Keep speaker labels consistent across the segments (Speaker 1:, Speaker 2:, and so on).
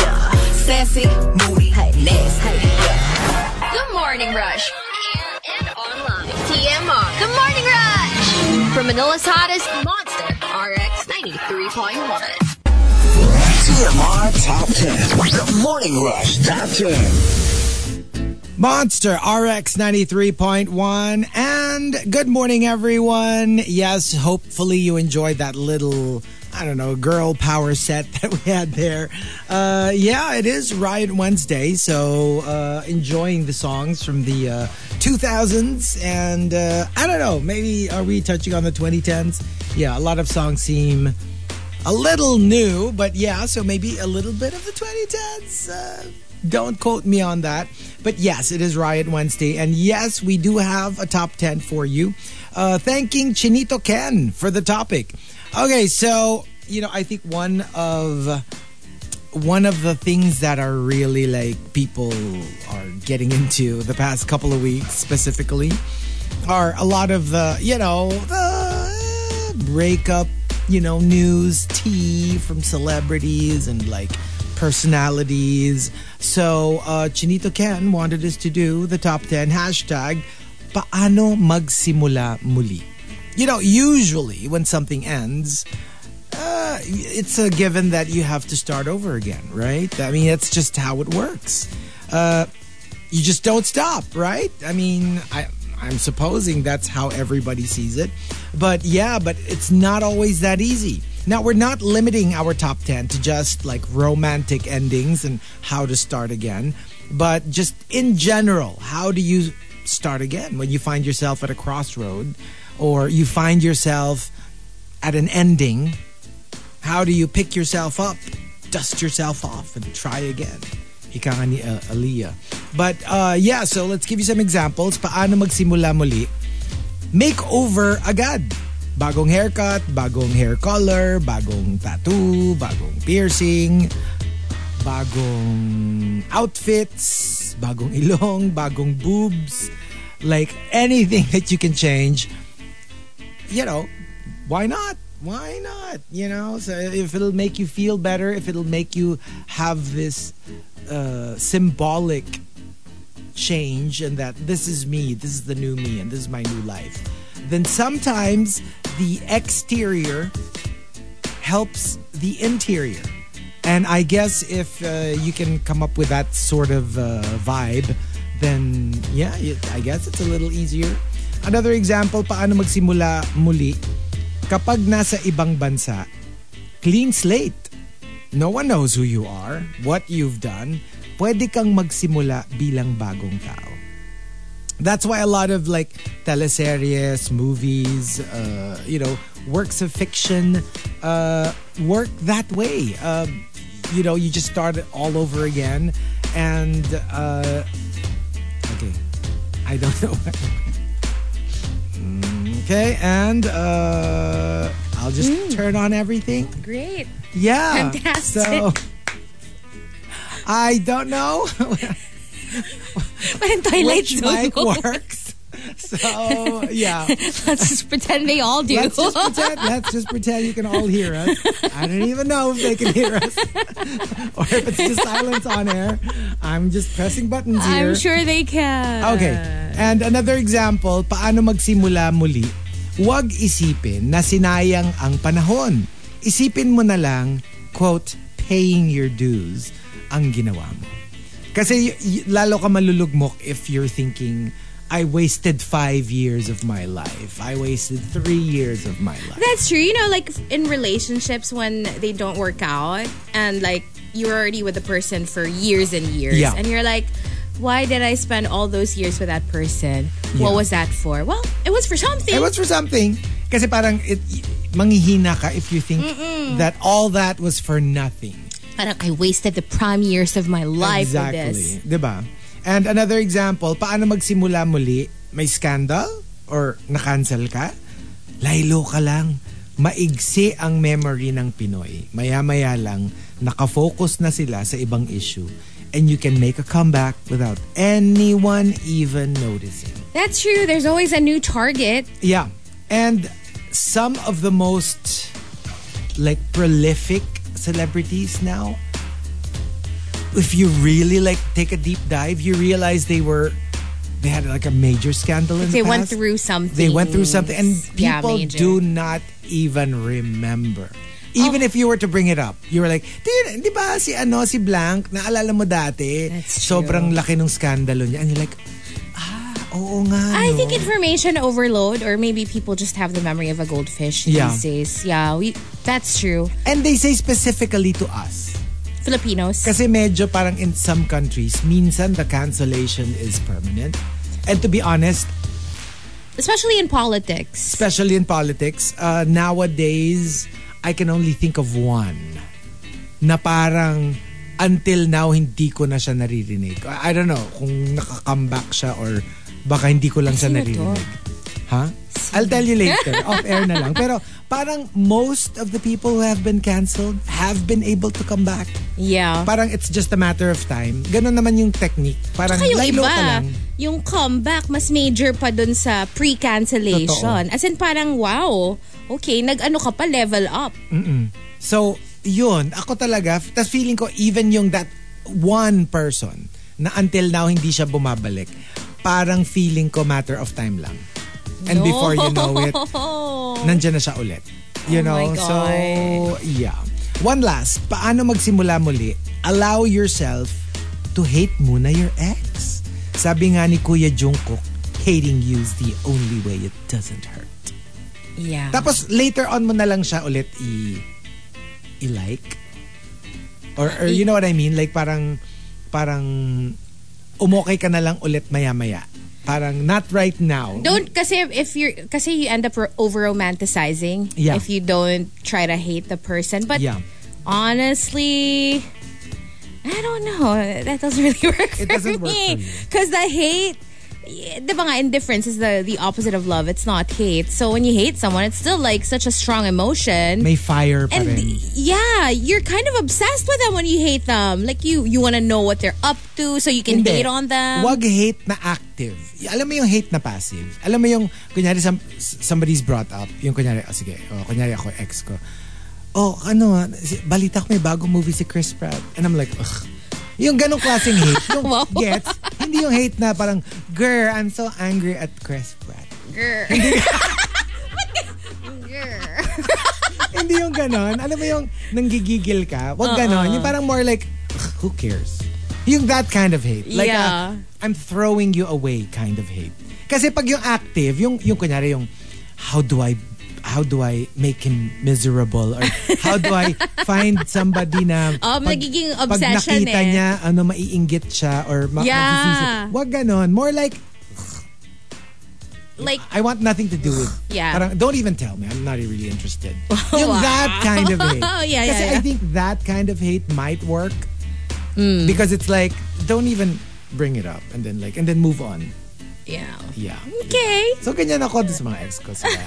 Speaker 1: Yeah. Sassy, moody, nasty.
Speaker 2: The Morning Rush. And, and online. TMR. The Morning Rush. From Manila's hottest monster, RX 93.1.
Speaker 3: TMR Top 10. The Morning Rush Top 10.
Speaker 4: Monster RX 93.1. And good morning, everyone. Yes, hopefully you enjoyed that little, I don't know, girl power set that we had there. Uh, yeah, it is Riot Wednesday. So uh, enjoying the songs from the uh, 2000s. And uh, I don't know, maybe are we touching on the 2010s? Yeah, a lot of songs seem a little new, but yeah, so maybe a little bit of the 2010s. Uh, don't quote me on that. But yes, it is Riot Wednesday. And yes, we do have a top 10 for you. Uh, thanking Chinito Ken for the topic. Okay, so, you know, I think one of one of the things that are really like people are getting into the past couple of weeks specifically are a lot of the you know the breakup you know news tea from celebrities and like personalities so uh chinito ken wanted us to do the top 10 hashtag paano magsimula muli you know usually when something ends uh, it's a given that you have to start over again, right? I mean, that's just how it works. Uh, you just don't stop, right? I mean, I, I'm supposing that's how everybody sees it. But yeah, but it's not always that easy. Now, we're not limiting our top 10 to just like romantic endings and how to start again, but just in general, how do you start again when you find yourself at a crossroad or you find yourself at an ending how do you pick yourself up, dust yourself off, and try again? Ika nga ni uh, Aaliyah. But uh, yeah, so let's give you some examples. Paano magsimula muli? Makeover agad. Bagong haircut, bagong hair color, bagong tattoo, bagong piercing, bagong outfits, bagong ilong, bagong boobs. Like anything that you can change, you know, why not? Why not? You know, so if it'll make you feel better, if it'll make you have this uh, symbolic change and that this is me, this is the new me, and this is my new life, then sometimes the exterior helps the interior. And I guess if uh, you can come up with that sort of uh, vibe, then yeah, it, I guess it's a little easier. Another example, paano magsimula muli? Kapag nasa ibang bansa, clean slate. No one knows who you are, what you've done. Pwede kang magsimula bilang bagong tao. That's why a lot of like teleseries, movies, uh, you know, works of fiction uh, work that way. Uh, you know, you just start it all over again. And, uh, okay, I don't know. Mm, okay, and uh, I'll just turn on everything.
Speaker 5: Great.
Speaker 4: Yeah.
Speaker 5: Fantastic.
Speaker 4: So, I don't know
Speaker 5: Parang Twilight
Speaker 4: which
Speaker 5: Zone.
Speaker 4: mic works. So, yeah.
Speaker 5: Let's just pretend they all do.
Speaker 4: Let's just pretend. Let's just pretend you can all hear us. I don't even know if they can hear us, or if it's just silence on air. I'm just pressing buttons here.
Speaker 5: I'm sure they can.
Speaker 4: Okay. And another example, paano magsimula muli? Huwag isipin na sinayang ang panahon. Isipin mo na lang, quote, paying your dues ang ginawa mo. Kasi y- y- lalo ka malulugmok if you're thinking, I wasted five years of my life. I wasted three years of my life.
Speaker 5: That's true. You know, like in relationships when they don't work out and like you're already with the person for years and years.
Speaker 4: Yeah.
Speaker 5: And you're like, why did I spend all those years with that person? What
Speaker 4: Yeah.
Speaker 5: was that for? Well, it was for something.
Speaker 4: It was for something. Kasi parang it, manghihina ka if you think that all that was for nothing.
Speaker 5: parang I wasted the prime years of my life
Speaker 4: exactly.
Speaker 5: with this.
Speaker 4: Diba? And another example, paano magsimula muli? May scandal? Or na-cancel ka? Laylo ka lang. Maigsi ang memory ng Pinoy. Maya-maya lang, nakafocus na sila sa ibang issue. And you can make a comeback without anyone even noticing.
Speaker 5: That's true. There's always a new target.
Speaker 4: Yeah. And some of the most like prolific celebrities now, if you really like take a deep dive, you realize they were they had like a major scandal in
Speaker 5: They
Speaker 4: the
Speaker 5: went
Speaker 4: past.
Speaker 5: through something.
Speaker 4: They went through something and
Speaker 5: Yeah,
Speaker 4: people
Speaker 5: major.
Speaker 4: do not even remember.
Speaker 5: Oh.
Speaker 4: Even if you were to bring it up, you were like, di, di ba si ano, si Blank, naalala mo dati,
Speaker 5: That's true.
Speaker 4: sobrang laki nung skandalo niya. And you're like, ah, oo nga.
Speaker 5: I
Speaker 4: no."
Speaker 5: think information overload, or maybe people just have the memory of a goldfish
Speaker 4: Yeah.
Speaker 5: these days. Yeah, we, that's true.
Speaker 4: And they say specifically to us.
Speaker 5: Filipinos.
Speaker 4: Kasi medyo parang in some countries, minsan the cancellation is permanent. And to be honest,
Speaker 5: especially in politics.
Speaker 4: especially in politics, uh, nowadays, I can only think of one na parang until now, hindi ko na siya naririnig. I I don't know kung nakakambak siya or baka hindi ko lang siya
Speaker 5: Sino to?
Speaker 4: naririnig. Ha? I'll tell you later. Off air na lang. Pero parang most of the people who have been canceled have been able to come back.
Speaker 5: Yeah.
Speaker 4: Parang it's just a matter of time. Ganun naman yung technique. Parang
Speaker 5: Saka yung
Speaker 4: laylo
Speaker 5: iba,
Speaker 4: ka lang.
Speaker 5: yung comeback, mas major pa dun sa pre-cancellation. As in parang, wow, okay, nag-ano ka pa, level up.
Speaker 4: So, yun. Ako talaga, tas feeling ko even yung that one person na until now hindi siya bumabalik, parang feeling ko matter of time lang. And before you know it, nandyan na siya ulit. You
Speaker 5: Oh
Speaker 4: know?
Speaker 5: my
Speaker 4: So, yeah. One last, paano magsimula muli? Allow yourself to hate muna your ex. Sabi nga ni Kuya Jungkook, hating you is the only way it doesn't hurt.
Speaker 5: yeah.
Speaker 4: Tapos later on mo na lang siya ulit i i-like. Or, or you know what I mean? Like parang parang umokay ka na lang ulit maya-maya. Parang not right now.
Speaker 5: don't kasi if you're kasi you end up over romanticizing
Speaker 4: Yeah.
Speaker 5: if you don't try to hate the person but
Speaker 4: Yeah.
Speaker 5: honestly I don't know that doesn't really work for
Speaker 4: It doesn't work
Speaker 5: me
Speaker 4: for you.
Speaker 5: because the hate eh, di ba nga indifference is the the opposite of love it's not hate so when you hate someone it's still like such a strong emotion
Speaker 4: May fire pa
Speaker 5: and
Speaker 4: rin.
Speaker 5: yeah, you're kind of obsessed with them when you hate them. Like you, you want to know what they're up to, so you can
Speaker 4: Hindi.
Speaker 5: hate on them.
Speaker 4: Wag hate na active. Y- Alam mo yung hate na passive. Alam mo yung, kunyari, some, somebody's brought up. Yung kunyari, oh, sige, oh, kunyari ako, ex ko. Oh, ano, ah, si- balita ko may bagong movie si Chris Pratt. And I'm like, ugh. Yung ganong klaseng hate. Yung
Speaker 5: Wow.
Speaker 4: gets. Hindi yung hate na parang, girl, I'm so angry at Chris Pratt. Hindi yung ganon. Alam mo yung nanggigigil ka. Wag
Speaker 5: Uh-uh.
Speaker 4: ganon. Yung parang more like, "Ugh, who cares? Yung that kind of hate. Like,
Speaker 5: Yeah.
Speaker 4: a, I'm throwing you away kind of hate. Kasi pag yung active, yung, yung kunyari yung, how do I how do I make him miserable or how do I find somebody na
Speaker 5: Oh, nagiging obsession
Speaker 4: pag nakita
Speaker 5: eh.
Speaker 4: niya ano maiinggit siya or ma-
Speaker 5: Yeah.
Speaker 4: masisisi. Wag ganon more like
Speaker 5: like
Speaker 4: I want nothing to do with.
Speaker 5: Yeah.
Speaker 4: Parang, don't even tell me. I'm not really interested. Yung that kind of hate.
Speaker 5: Yeah, yeah,
Speaker 4: Kasi I
Speaker 5: yeah.
Speaker 4: think that kind of hate might work
Speaker 5: Hmm.
Speaker 4: because it's like don't even bring it up and then like and then move on.
Speaker 5: yeah.
Speaker 4: Yeah.
Speaker 5: Okay.
Speaker 4: So ganyan ako dun sa mga ex ko sila.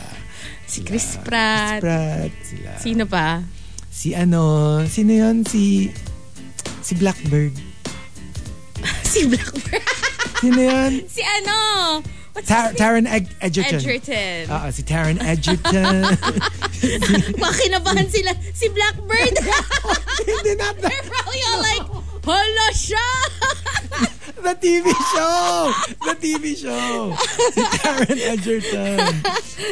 Speaker 5: Si Chris Pratt.
Speaker 4: Brad, sila. Si,
Speaker 5: Sino pa?
Speaker 4: ano, sino yun? Si, si Blackbird.
Speaker 5: si Black Pratt.
Speaker 4: Sino yun?
Speaker 5: Si ano? What's
Speaker 4: Tar- Ah.
Speaker 5: his name?
Speaker 4: Taron Eg- Edgerton.
Speaker 5: Edgerton.
Speaker 4: Oo, si Taron Edgerton.
Speaker 5: Makinabahan sila. Si Blackbird.
Speaker 4: Hindi, not that.
Speaker 5: They're probably all like, Hala siya!
Speaker 4: The TV show! The TV show! Si Taron Edgerton.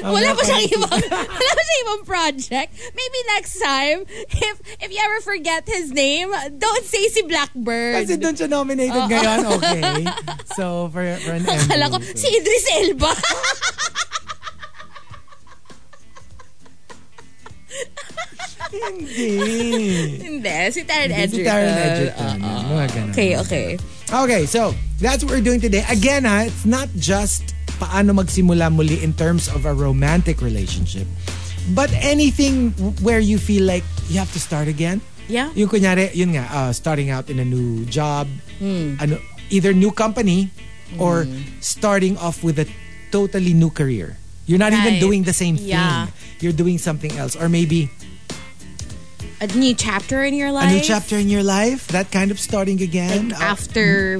Speaker 4: Ang
Speaker 5: Wala pa
Speaker 4: nakaka-
Speaker 5: siyang ibang, wala pa siyang ibang project. Maybe next time, if if you ever forget his name, don't say si Blackbird.
Speaker 4: Kasi doon siya nominated ngayon, okay. So, for, for an Emmy.
Speaker 5: Akala ko, si Idris Elba.
Speaker 4: Hindi.
Speaker 5: Hindi, si Taron Edgerton.
Speaker 4: Hindi, Si Taron Edgerton. Mga ganun.
Speaker 5: Okay, okay.
Speaker 4: Okay, so that's what we're doing today. Again, ha, it's not just paano magsimula muli in terms of a romantic relationship, but anything w- where you feel like you have to start again,
Speaker 5: Yeah.
Speaker 4: Yung kunyari, yun nga, uh, starting out in a new job,
Speaker 5: Hmm.
Speaker 4: ano, either new company or starting off with a totally new career. You're not
Speaker 5: Right.
Speaker 4: even doing the same
Speaker 5: Yeah.
Speaker 4: thing. You're doing something else. Or maybe
Speaker 5: A new chapter in your
Speaker 4: a
Speaker 5: life.
Speaker 4: new chapter in your life, that kind of starting again. Uh,
Speaker 5: After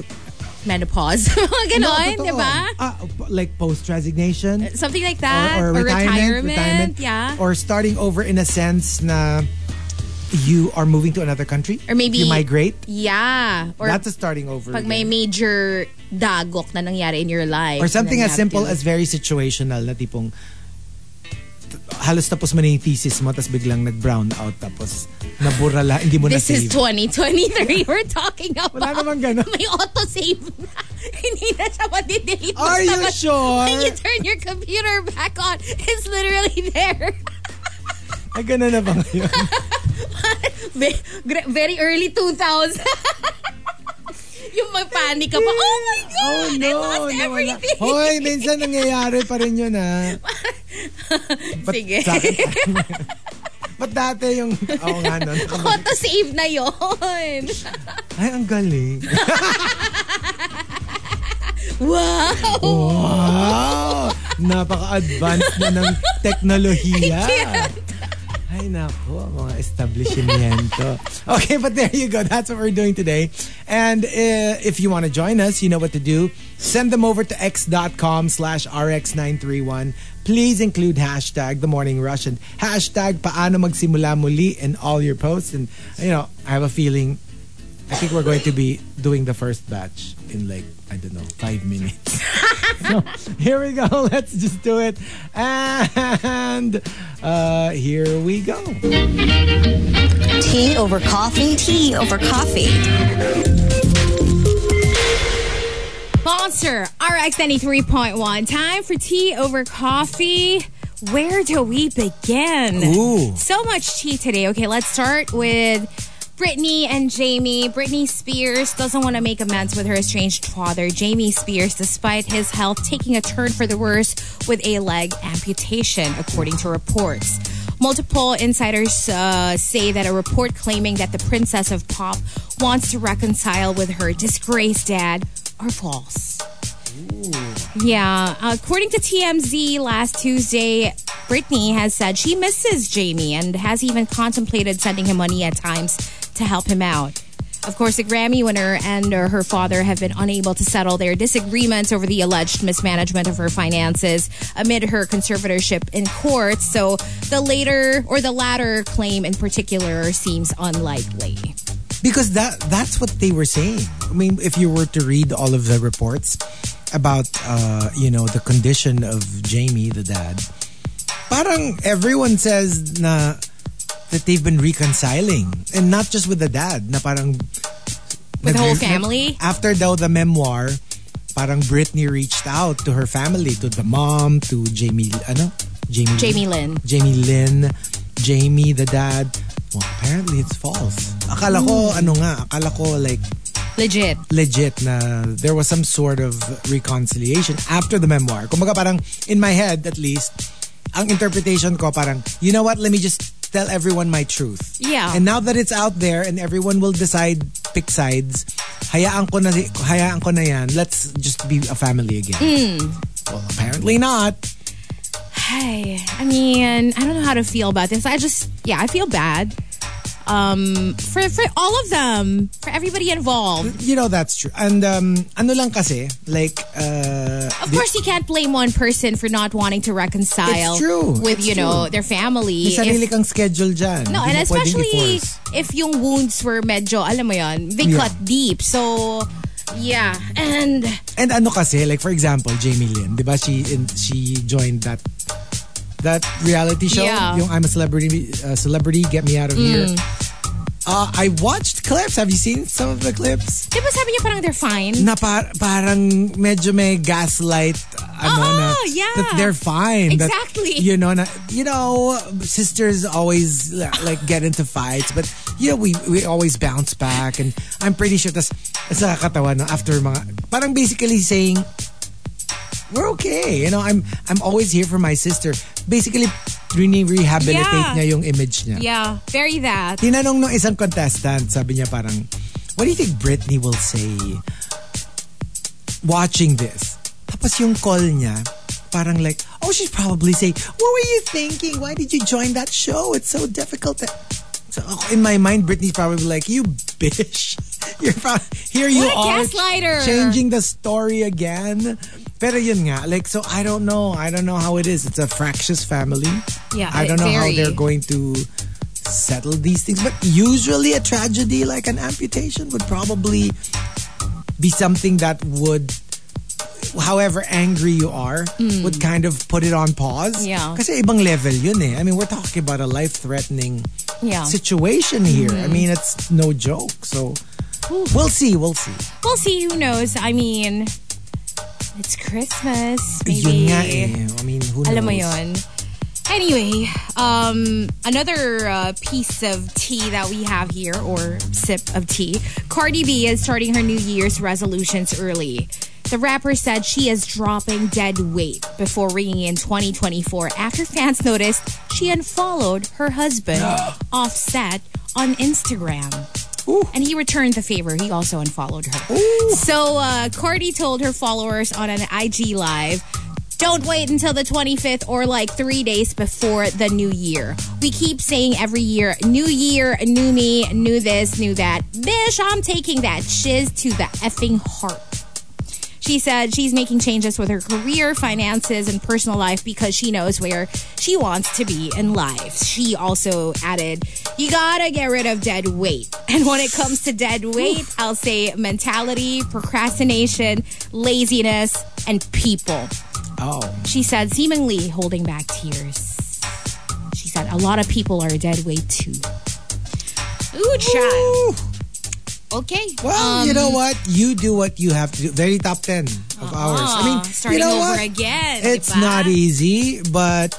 Speaker 5: menopause. Mga ganon,
Speaker 4: totoo.
Speaker 5: di ba?
Speaker 4: Ah, p- like post-resignation.
Speaker 5: Something like that.
Speaker 4: or, or retirement, retirement,
Speaker 5: Yeah.
Speaker 4: Or starting over in a sense na you are moving to another country.
Speaker 5: Or maybe-
Speaker 4: you migrate.
Speaker 5: yeah. Or
Speaker 4: That's a starting over.
Speaker 5: pag may
Speaker 4: again.
Speaker 5: major dagok na nangyari in your life.
Speaker 4: or something
Speaker 5: and then
Speaker 4: as
Speaker 5: you have
Speaker 4: simple
Speaker 5: to-
Speaker 4: as very situational na tipong t- halos tapos mo na yung thesis mo tapos biglang nag-brown out tapos nabura la, hindi mo
Speaker 5: This is
Speaker 4: na save.
Speaker 5: 2023 we're talking about.
Speaker 4: Wala namang ganun.
Speaker 5: May auto-save na. Hindi na siya madidelete.
Speaker 4: Are you
Speaker 5: Basta
Speaker 4: sure?
Speaker 5: When you turn your computer back on, it's literally there.
Speaker 4: Ay, ganun na ba ngayon?
Speaker 5: Ve- gra- Very early 2000. yung magpanic ka pa. Oh my God!
Speaker 4: Oh no!
Speaker 5: I lost
Speaker 4: nawala.
Speaker 5: everything!
Speaker 4: Hoy, minsan nangyayari pa rin yun ha. But
Speaker 5: Sige.
Speaker 4: sa akin- Ba't dati yung... Oo nga nun.
Speaker 5: Auto-save na yon.
Speaker 4: Ay, ang galing.
Speaker 5: Wow!
Speaker 4: Wow! Napaka-advanced na ng teknolohiya. Ay, nako, mga establishmento. Okay, but there you go. That's what we're doing today. And uh, if you want to join us, you know what to do. Send them over to x.com slash rx931. Please include hashtag The Morning Rush and hashtag Paano Magsimula Muli in all your posts. And, you know, I have a feeling, I think we're going to be doing the first batch in like, I don't know, five minutes. Here we go. Let's just do it. And uh, here we go.
Speaker 1: Tea over coffee. Tea over coffee.
Speaker 5: Monster RX 93.1. Time for tea over coffee. Where do we begin?
Speaker 4: Ooh.
Speaker 5: So much tea today. Okay, let's start with Britney and Jamie. Britney Spears doesn't want to make amends with her estranged father, Jamie Spears, despite his health taking a turn for the worse with a leg amputation, according to reports. Multiple insiders uh, say that a report claiming that the princess of pop wants to reconcile with her disgraced dad are false. Yeah, according to TMZ last Tuesday, Britney has said she misses Jamie and has even contemplated sending him money at times to help him out. Of course, the Grammy winner and uh, her father have been unable to settle their disagreements over the alleged mismanagement of her finances amid her conservatorship in court. So the later or the latter claim in particular seems unlikely.
Speaker 4: Because that that's what they were saying. I mean, if you were to read all of the reports about uh, you know, the condition of Jamie the dad, parang everyone says na that they've been reconciling and not just with the dad, na parang
Speaker 5: With the whole
Speaker 4: Nag-
Speaker 5: family?
Speaker 4: After daw the memoir, parang Britney reached out to her family, to the mom, to Jamie, ano? Jamie,
Speaker 5: Jamie Lynn.
Speaker 4: Jamie Lynn, Jamie the dad. Well, apparently it's false. Akala
Speaker 5: Hmm.
Speaker 4: ko, ano nga, akala ko like
Speaker 5: Legit.
Speaker 4: legit na there was some sort of reconciliation after the memoir. Kumbaga parang, in my head at least, ang interpretation ko parang, you know what, let me just tell everyone my truth.
Speaker 5: Yeah.
Speaker 4: And now that it's out there and everyone will decide, pick sides, hayaan ko na, hayaan ko na yan, let's just be a family again.
Speaker 5: Hmm.
Speaker 4: Well, apparently not.
Speaker 5: Hey, I mean, I don't know how to feel about this. I just, yeah, I feel bad. Um, for for all of them, for everybody involved.
Speaker 4: You know, that's true. And um, ano lang kasi, like, uh,
Speaker 5: Of course, you can't blame one person for not wanting to reconcile.
Speaker 4: It's true.
Speaker 5: With
Speaker 4: It's
Speaker 5: you know their family.
Speaker 4: may sarili
Speaker 5: If-
Speaker 4: kang schedule dyan.
Speaker 5: no,
Speaker 4: Hindi
Speaker 5: and
Speaker 4: mo pwedeng
Speaker 5: especially
Speaker 4: i-force.
Speaker 5: if yung wounds were medyo, alam mo yon, they
Speaker 4: Yeah.
Speaker 5: cut deep. So, yeah, and
Speaker 4: And ano kasi, like for example, Jamie Lynn, di ba she in, she joined that that reality show,
Speaker 5: Yeah.
Speaker 4: yung I'm a celebrity uh, celebrity get me out of here. Uh, I watched clips. Have you seen some of the clips?
Speaker 5: di ba sabi niya parang they're fine?
Speaker 4: Na par- parang medyo may gaslight ano
Speaker 5: Oo,
Speaker 4: na
Speaker 5: yeah.
Speaker 4: that they're fine. that,
Speaker 5: Exactly.
Speaker 4: you know, na, you know, sisters always like get into fights, but you know, we we always bounce back and I'm pretty sure that's sa katawa no after mga parang basically saying we're okay. You know, I'm I'm always here for my sister. Basically rehabilitate
Speaker 5: Yeah.
Speaker 4: niya yung image niya.
Speaker 5: Yeah, very that.
Speaker 4: Tinanong nung isang contestant, sabi niya parang, what do you think Britney will say watching this? Tapos yung call niya, parang like, oh, she'd probably say, what were you thinking? Why did you join that show? It's so difficult. to-" So ako, in my mind, Britney's probably like, you bitch. You're prob- here you
Speaker 5: What a
Speaker 4: are
Speaker 5: gaslighter.
Speaker 4: changing the story again. Pero yun nga, like, so I don't know. I don't know how it is. It's a fractious family.
Speaker 5: Yeah,
Speaker 4: I don't know
Speaker 5: very.
Speaker 4: how they're going to settle these things. But usually, a tragedy like an amputation would probably be something that would, however angry you are, would kind of put it on pause.
Speaker 5: Mm. Yeah.
Speaker 4: Kasi ibang level yun eh. I mean, we're talking about a life threatening
Speaker 5: Yeah. Mm-hmm.
Speaker 4: situation here. I mean, it's no joke. So. We'll see, we'll see.
Speaker 5: We'll see. Who knows? I mean, it's Christmas.
Speaker 4: Yun nga
Speaker 5: Maybe.
Speaker 4: eh. I mean, who knows?
Speaker 5: Alam mo yun. Anyway, um, another uh, piece of tea that we have here, or sip of tea. Cardi B is starting her New Year's resolutions early. The rapper said she is dropping dead weight before ringing in 2024 after fans noticed she unfollowed her husband, Offset, on Instagram. And he returned the favor. He also unfollowed her. So uh, Cardi told her followers on an IG live, "Don't wait until the 25th or like three days before the new year. We keep saying every year, new year, new me, new this, new that. Bish, I'm taking that shiz to the effing heart." She said she's making changes with her career, finances, and personal life because she knows where she wants to be in life. She also added, You gotta get rid of dead weight. And when it comes to dead weight, I'll say mentality, procrastination, laziness, and people.
Speaker 4: Oh.
Speaker 5: She said, seemingly holding back tears. She said, A lot of people are dead weight too. Ooh, child.
Speaker 4: Ooh.
Speaker 5: Okay. um,
Speaker 4: Well, you know what? You do what you have to do. Very top 10 of ours. I mean,
Speaker 5: starting
Speaker 4: you know
Speaker 5: over
Speaker 4: what?
Speaker 5: again.
Speaker 4: It's
Speaker 5: diba?
Speaker 4: not e- easy, but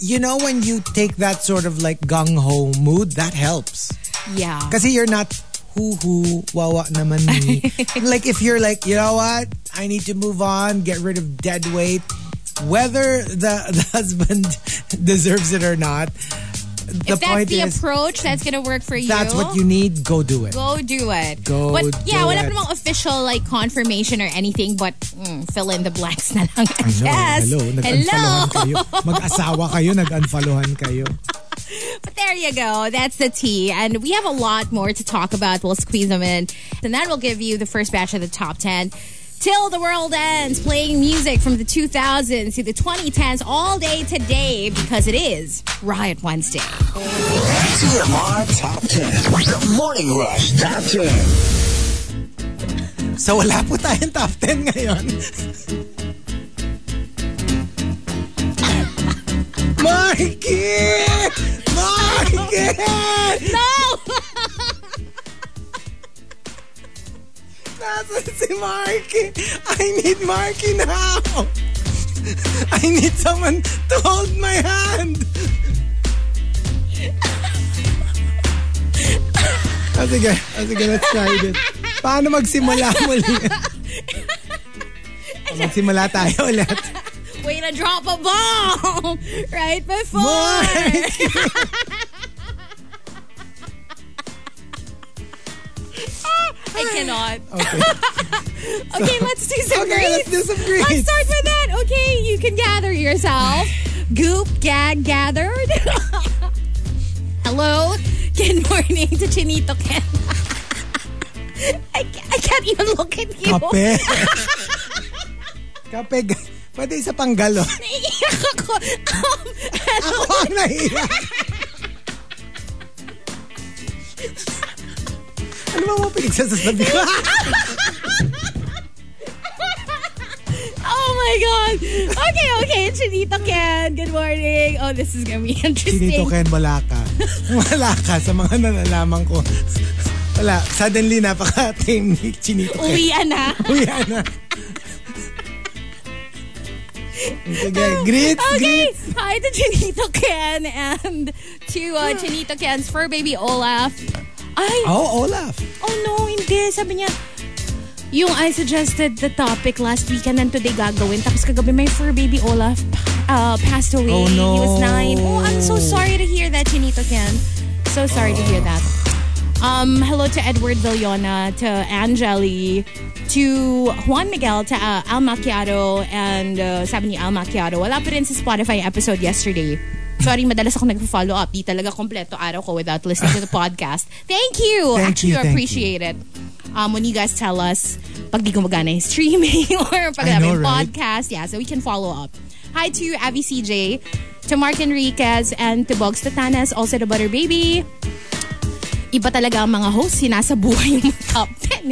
Speaker 4: you know when you take that sort of like gung ho mood, that helps.
Speaker 5: Yeah.
Speaker 4: Kasi you're not hoo hoo wawa naman ni. like if you're like, you know what? I need to move on, get rid of dead weight. Whether the, the husband deserves it or not, the
Speaker 5: if that's
Speaker 4: point
Speaker 5: the
Speaker 4: is
Speaker 5: approach that's gonna work for you,
Speaker 4: that's what you need. Go do it.
Speaker 5: go do it.
Speaker 4: Go
Speaker 5: What, yeah,
Speaker 4: do
Speaker 5: wala
Speaker 4: it.
Speaker 5: pa namang official like confirmation or anything, but mm, fill in the blanks na lang. I
Speaker 4: Hello,
Speaker 5: guess.
Speaker 4: hello. Nag-unfollowan
Speaker 5: Hello.
Speaker 4: kayo. Mag-asawa kayo, nag-unfollowan kayo.
Speaker 5: But there you go. That's the tea, and we have a lot more to talk about. We'll squeeze them in, and then we'll give you the first batch of the top ten. Till the world ends, playing music from the 2000s to the 2010s all day today because it is Riot Wednesday.
Speaker 3: TMR Top 10. The Morning Rush Top 10.
Speaker 4: So wala po tayong top 10 ngayon. Mikey! Mikey!
Speaker 5: No!
Speaker 4: Nasaan si Marky? I need Marky now! I need someone to hold my hand! Ah, sige, ah, sige, let's try this. Paano magsimula muli? magsimula tayo ulit.
Speaker 5: Way to drop a ball right before.
Speaker 4: Marky!
Speaker 5: I cannot.
Speaker 4: Okay.
Speaker 5: Okay, let's do some
Speaker 4: Okay, let's
Speaker 5: grease.
Speaker 4: do some grease.
Speaker 5: Let's start with that. Okay, you can gather yourself. Goop, gag, gathered. Hello. Good morning to Chinito Ken. I, ca- I can't even look at you.
Speaker 4: Kape. Kape. ga- Pwede isa pang galon.
Speaker 5: Naiiyak ako. Um, hello.
Speaker 4: Ako ang nahiya. ano ba mga pinagsasasabi ko?
Speaker 5: Oh my god. Okay, okay. Chinito Ken. Good morning. Oh, this is gonna be interesting.
Speaker 4: Sinito Ken, wala ka. Wala ka sa mga nalalaman ko. Wala. Suddenly, napaka-tame ni Chinito Ken.
Speaker 5: Uwian na.
Speaker 4: Uwian na. Sige, greets,
Speaker 5: Ah, Okay.
Speaker 4: greets.
Speaker 5: Hi to Chinito Ken and to uh, Chinito Ken's fur baby Olaf. Ay,
Speaker 4: Oh, Olaf.
Speaker 5: oh no, hindi. Sabi niya, yung I suggested the topic last weekend and today gagawin. Tapos kagabi may fur baby Olaf. uh, passed away.
Speaker 4: Oh,
Speaker 5: He
Speaker 4: no.
Speaker 5: was nine. Oh, I'm so sorry to hear that, Chinito Ken. So sorry to hear that. Um, hello to Edward Villona, to Angeli, to Juan Miguel, to uh, Al Macchiato, and uh, sabi ni Al Macchiato, wala pa rin sa Spotify episode yesterday. Sorry, madalas ako nag-follow up. Di talaga kompleto araw ko without listening to the podcast. Thank you!
Speaker 4: Thank
Speaker 5: Actually,
Speaker 4: you, thank you.
Speaker 5: appreciate it. Um, when you guys tell us pag di gumagana yung streaming or pag
Speaker 4: I
Speaker 5: namin
Speaker 4: know, right?
Speaker 5: podcast, yeah, so we can follow up. Hi to Abby CJ, to Mark Enriquez, and to Bogs Tatanas, also to Butter Baby iba talaga ang mga hosts, sinasabuhay yung mga top 10. eh.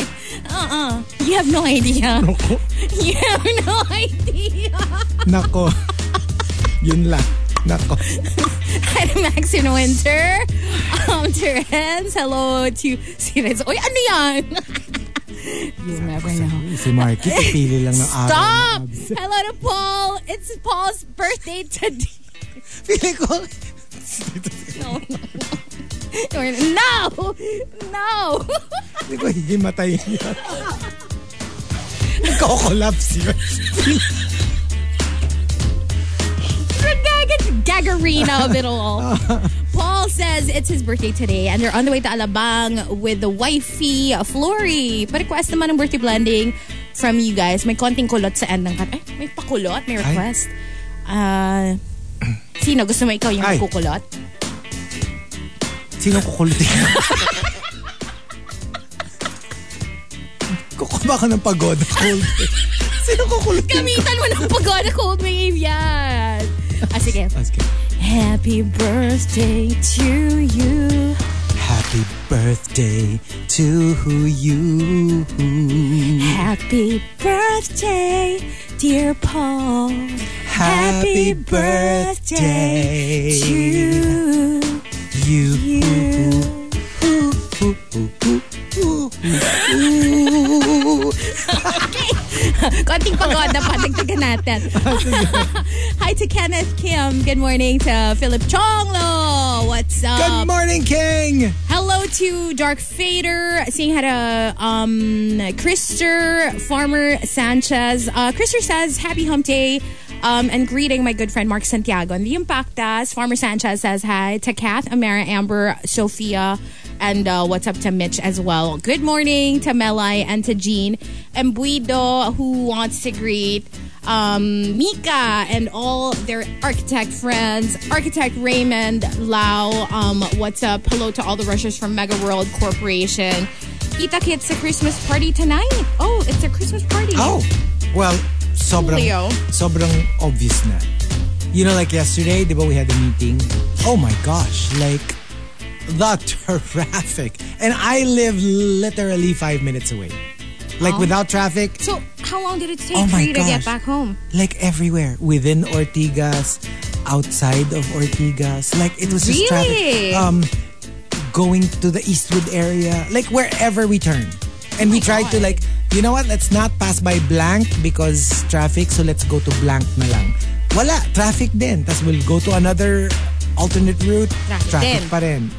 Speaker 5: Uh-uh. You have no idea. You have no idea.
Speaker 4: Nako. Yun lang. Nako.
Speaker 5: Ano? Hi to Max in Winter. Um, Terence, hello to si Renz. Oy, ano yan? You'll never know.
Speaker 4: Si Marky, pipili lang ng araw.
Speaker 5: Stop! Hello to Paul. It's Paul's birthday today.
Speaker 4: Pili ko.
Speaker 5: No. No! No!
Speaker 4: Hindi ko hihimatay yun. Nagko-collapse yun.
Speaker 5: Gag- Gagarina of it all. Paul says it's his birthday today and they're on the way to Alabang with the wifey, Flory. Pa-request naman ng birthday blending from you guys. May konting kulot sa end ng kat. Ay, may pakulot? May request? Ah, sino? Gusto mo ikaw yung
Speaker 4: Ay.
Speaker 5: kukulot?
Speaker 4: Sino kukulutin? Kukuha ka ng pagod. Cold. Sino kukulutin?
Speaker 5: Gamitan mo ng pagoda cold wave yan. Ah, sige.
Speaker 4: Okay.
Speaker 5: Happy birthday to you.
Speaker 4: Happy birthday to you.
Speaker 5: Happy birthday, dear Paul.
Speaker 4: Happy birthday
Speaker 5: to
Speaker 4: You.
Speaker 5: you. Konting pagoda pa, dagdagan natin. Hi to Kenneth Kim. Good morning to Philip Chonglo. What's up?
Speaker 4: Good morning, King!
Speaker 5: Hello to Dark Fader, saying hi to um, Krister, Farmer Sanchez. Uh, Krister says, Happy Hump Day. Um, and greeting my good friend Mark Santiago and the Impactas. Farmer Sanchez says hi to Kath, Amara, Amber, Sophia, and uh, what's up to Mitch as well. Good morning to Melai and to Jean Embuido, who wants to greet um, Mika and all their architect friends. Architect Raymond Lau, um, what's up? Hello to all the rushers from Mega World Corporation. Kita Kids, a Christmas party tonight. Oh, it's a Christmas party.
Speaker 4: Oh, well, sobrang,
Speaker 5: Leo.
Speaker 4: sobrang obvious na. You know, like yesterday, di ba we had a meeting? Oh my gosh, like the traffic. And I live literally five minutes away. Like without traffic,
Speaker 5: So, how long did it take
Speaker 4: Oh
Speaker 5: for
Speaker 4: my
Speaker 5: you to get
Speaker 4: gosh.
Speaker 5: back home?
Speaker 4: like everywhere within Ortigas, outside of Ortigas. Like it was just
Speaker 5: Really?
Speaker 4: traffic. Um, going to the Eastwood area, like wherever we turn, and
Speaker 5: Oh
Speaker 4: we tried to like, you know what? Let's not pass by blank because traffic. So let's go to blank na lang. Wala traffic din. Tas we'll go to another alternate route.
Speaker 5: Traffic
Speaker 4: traffic
Speaker 5: din.
Speaker 4: pa rin.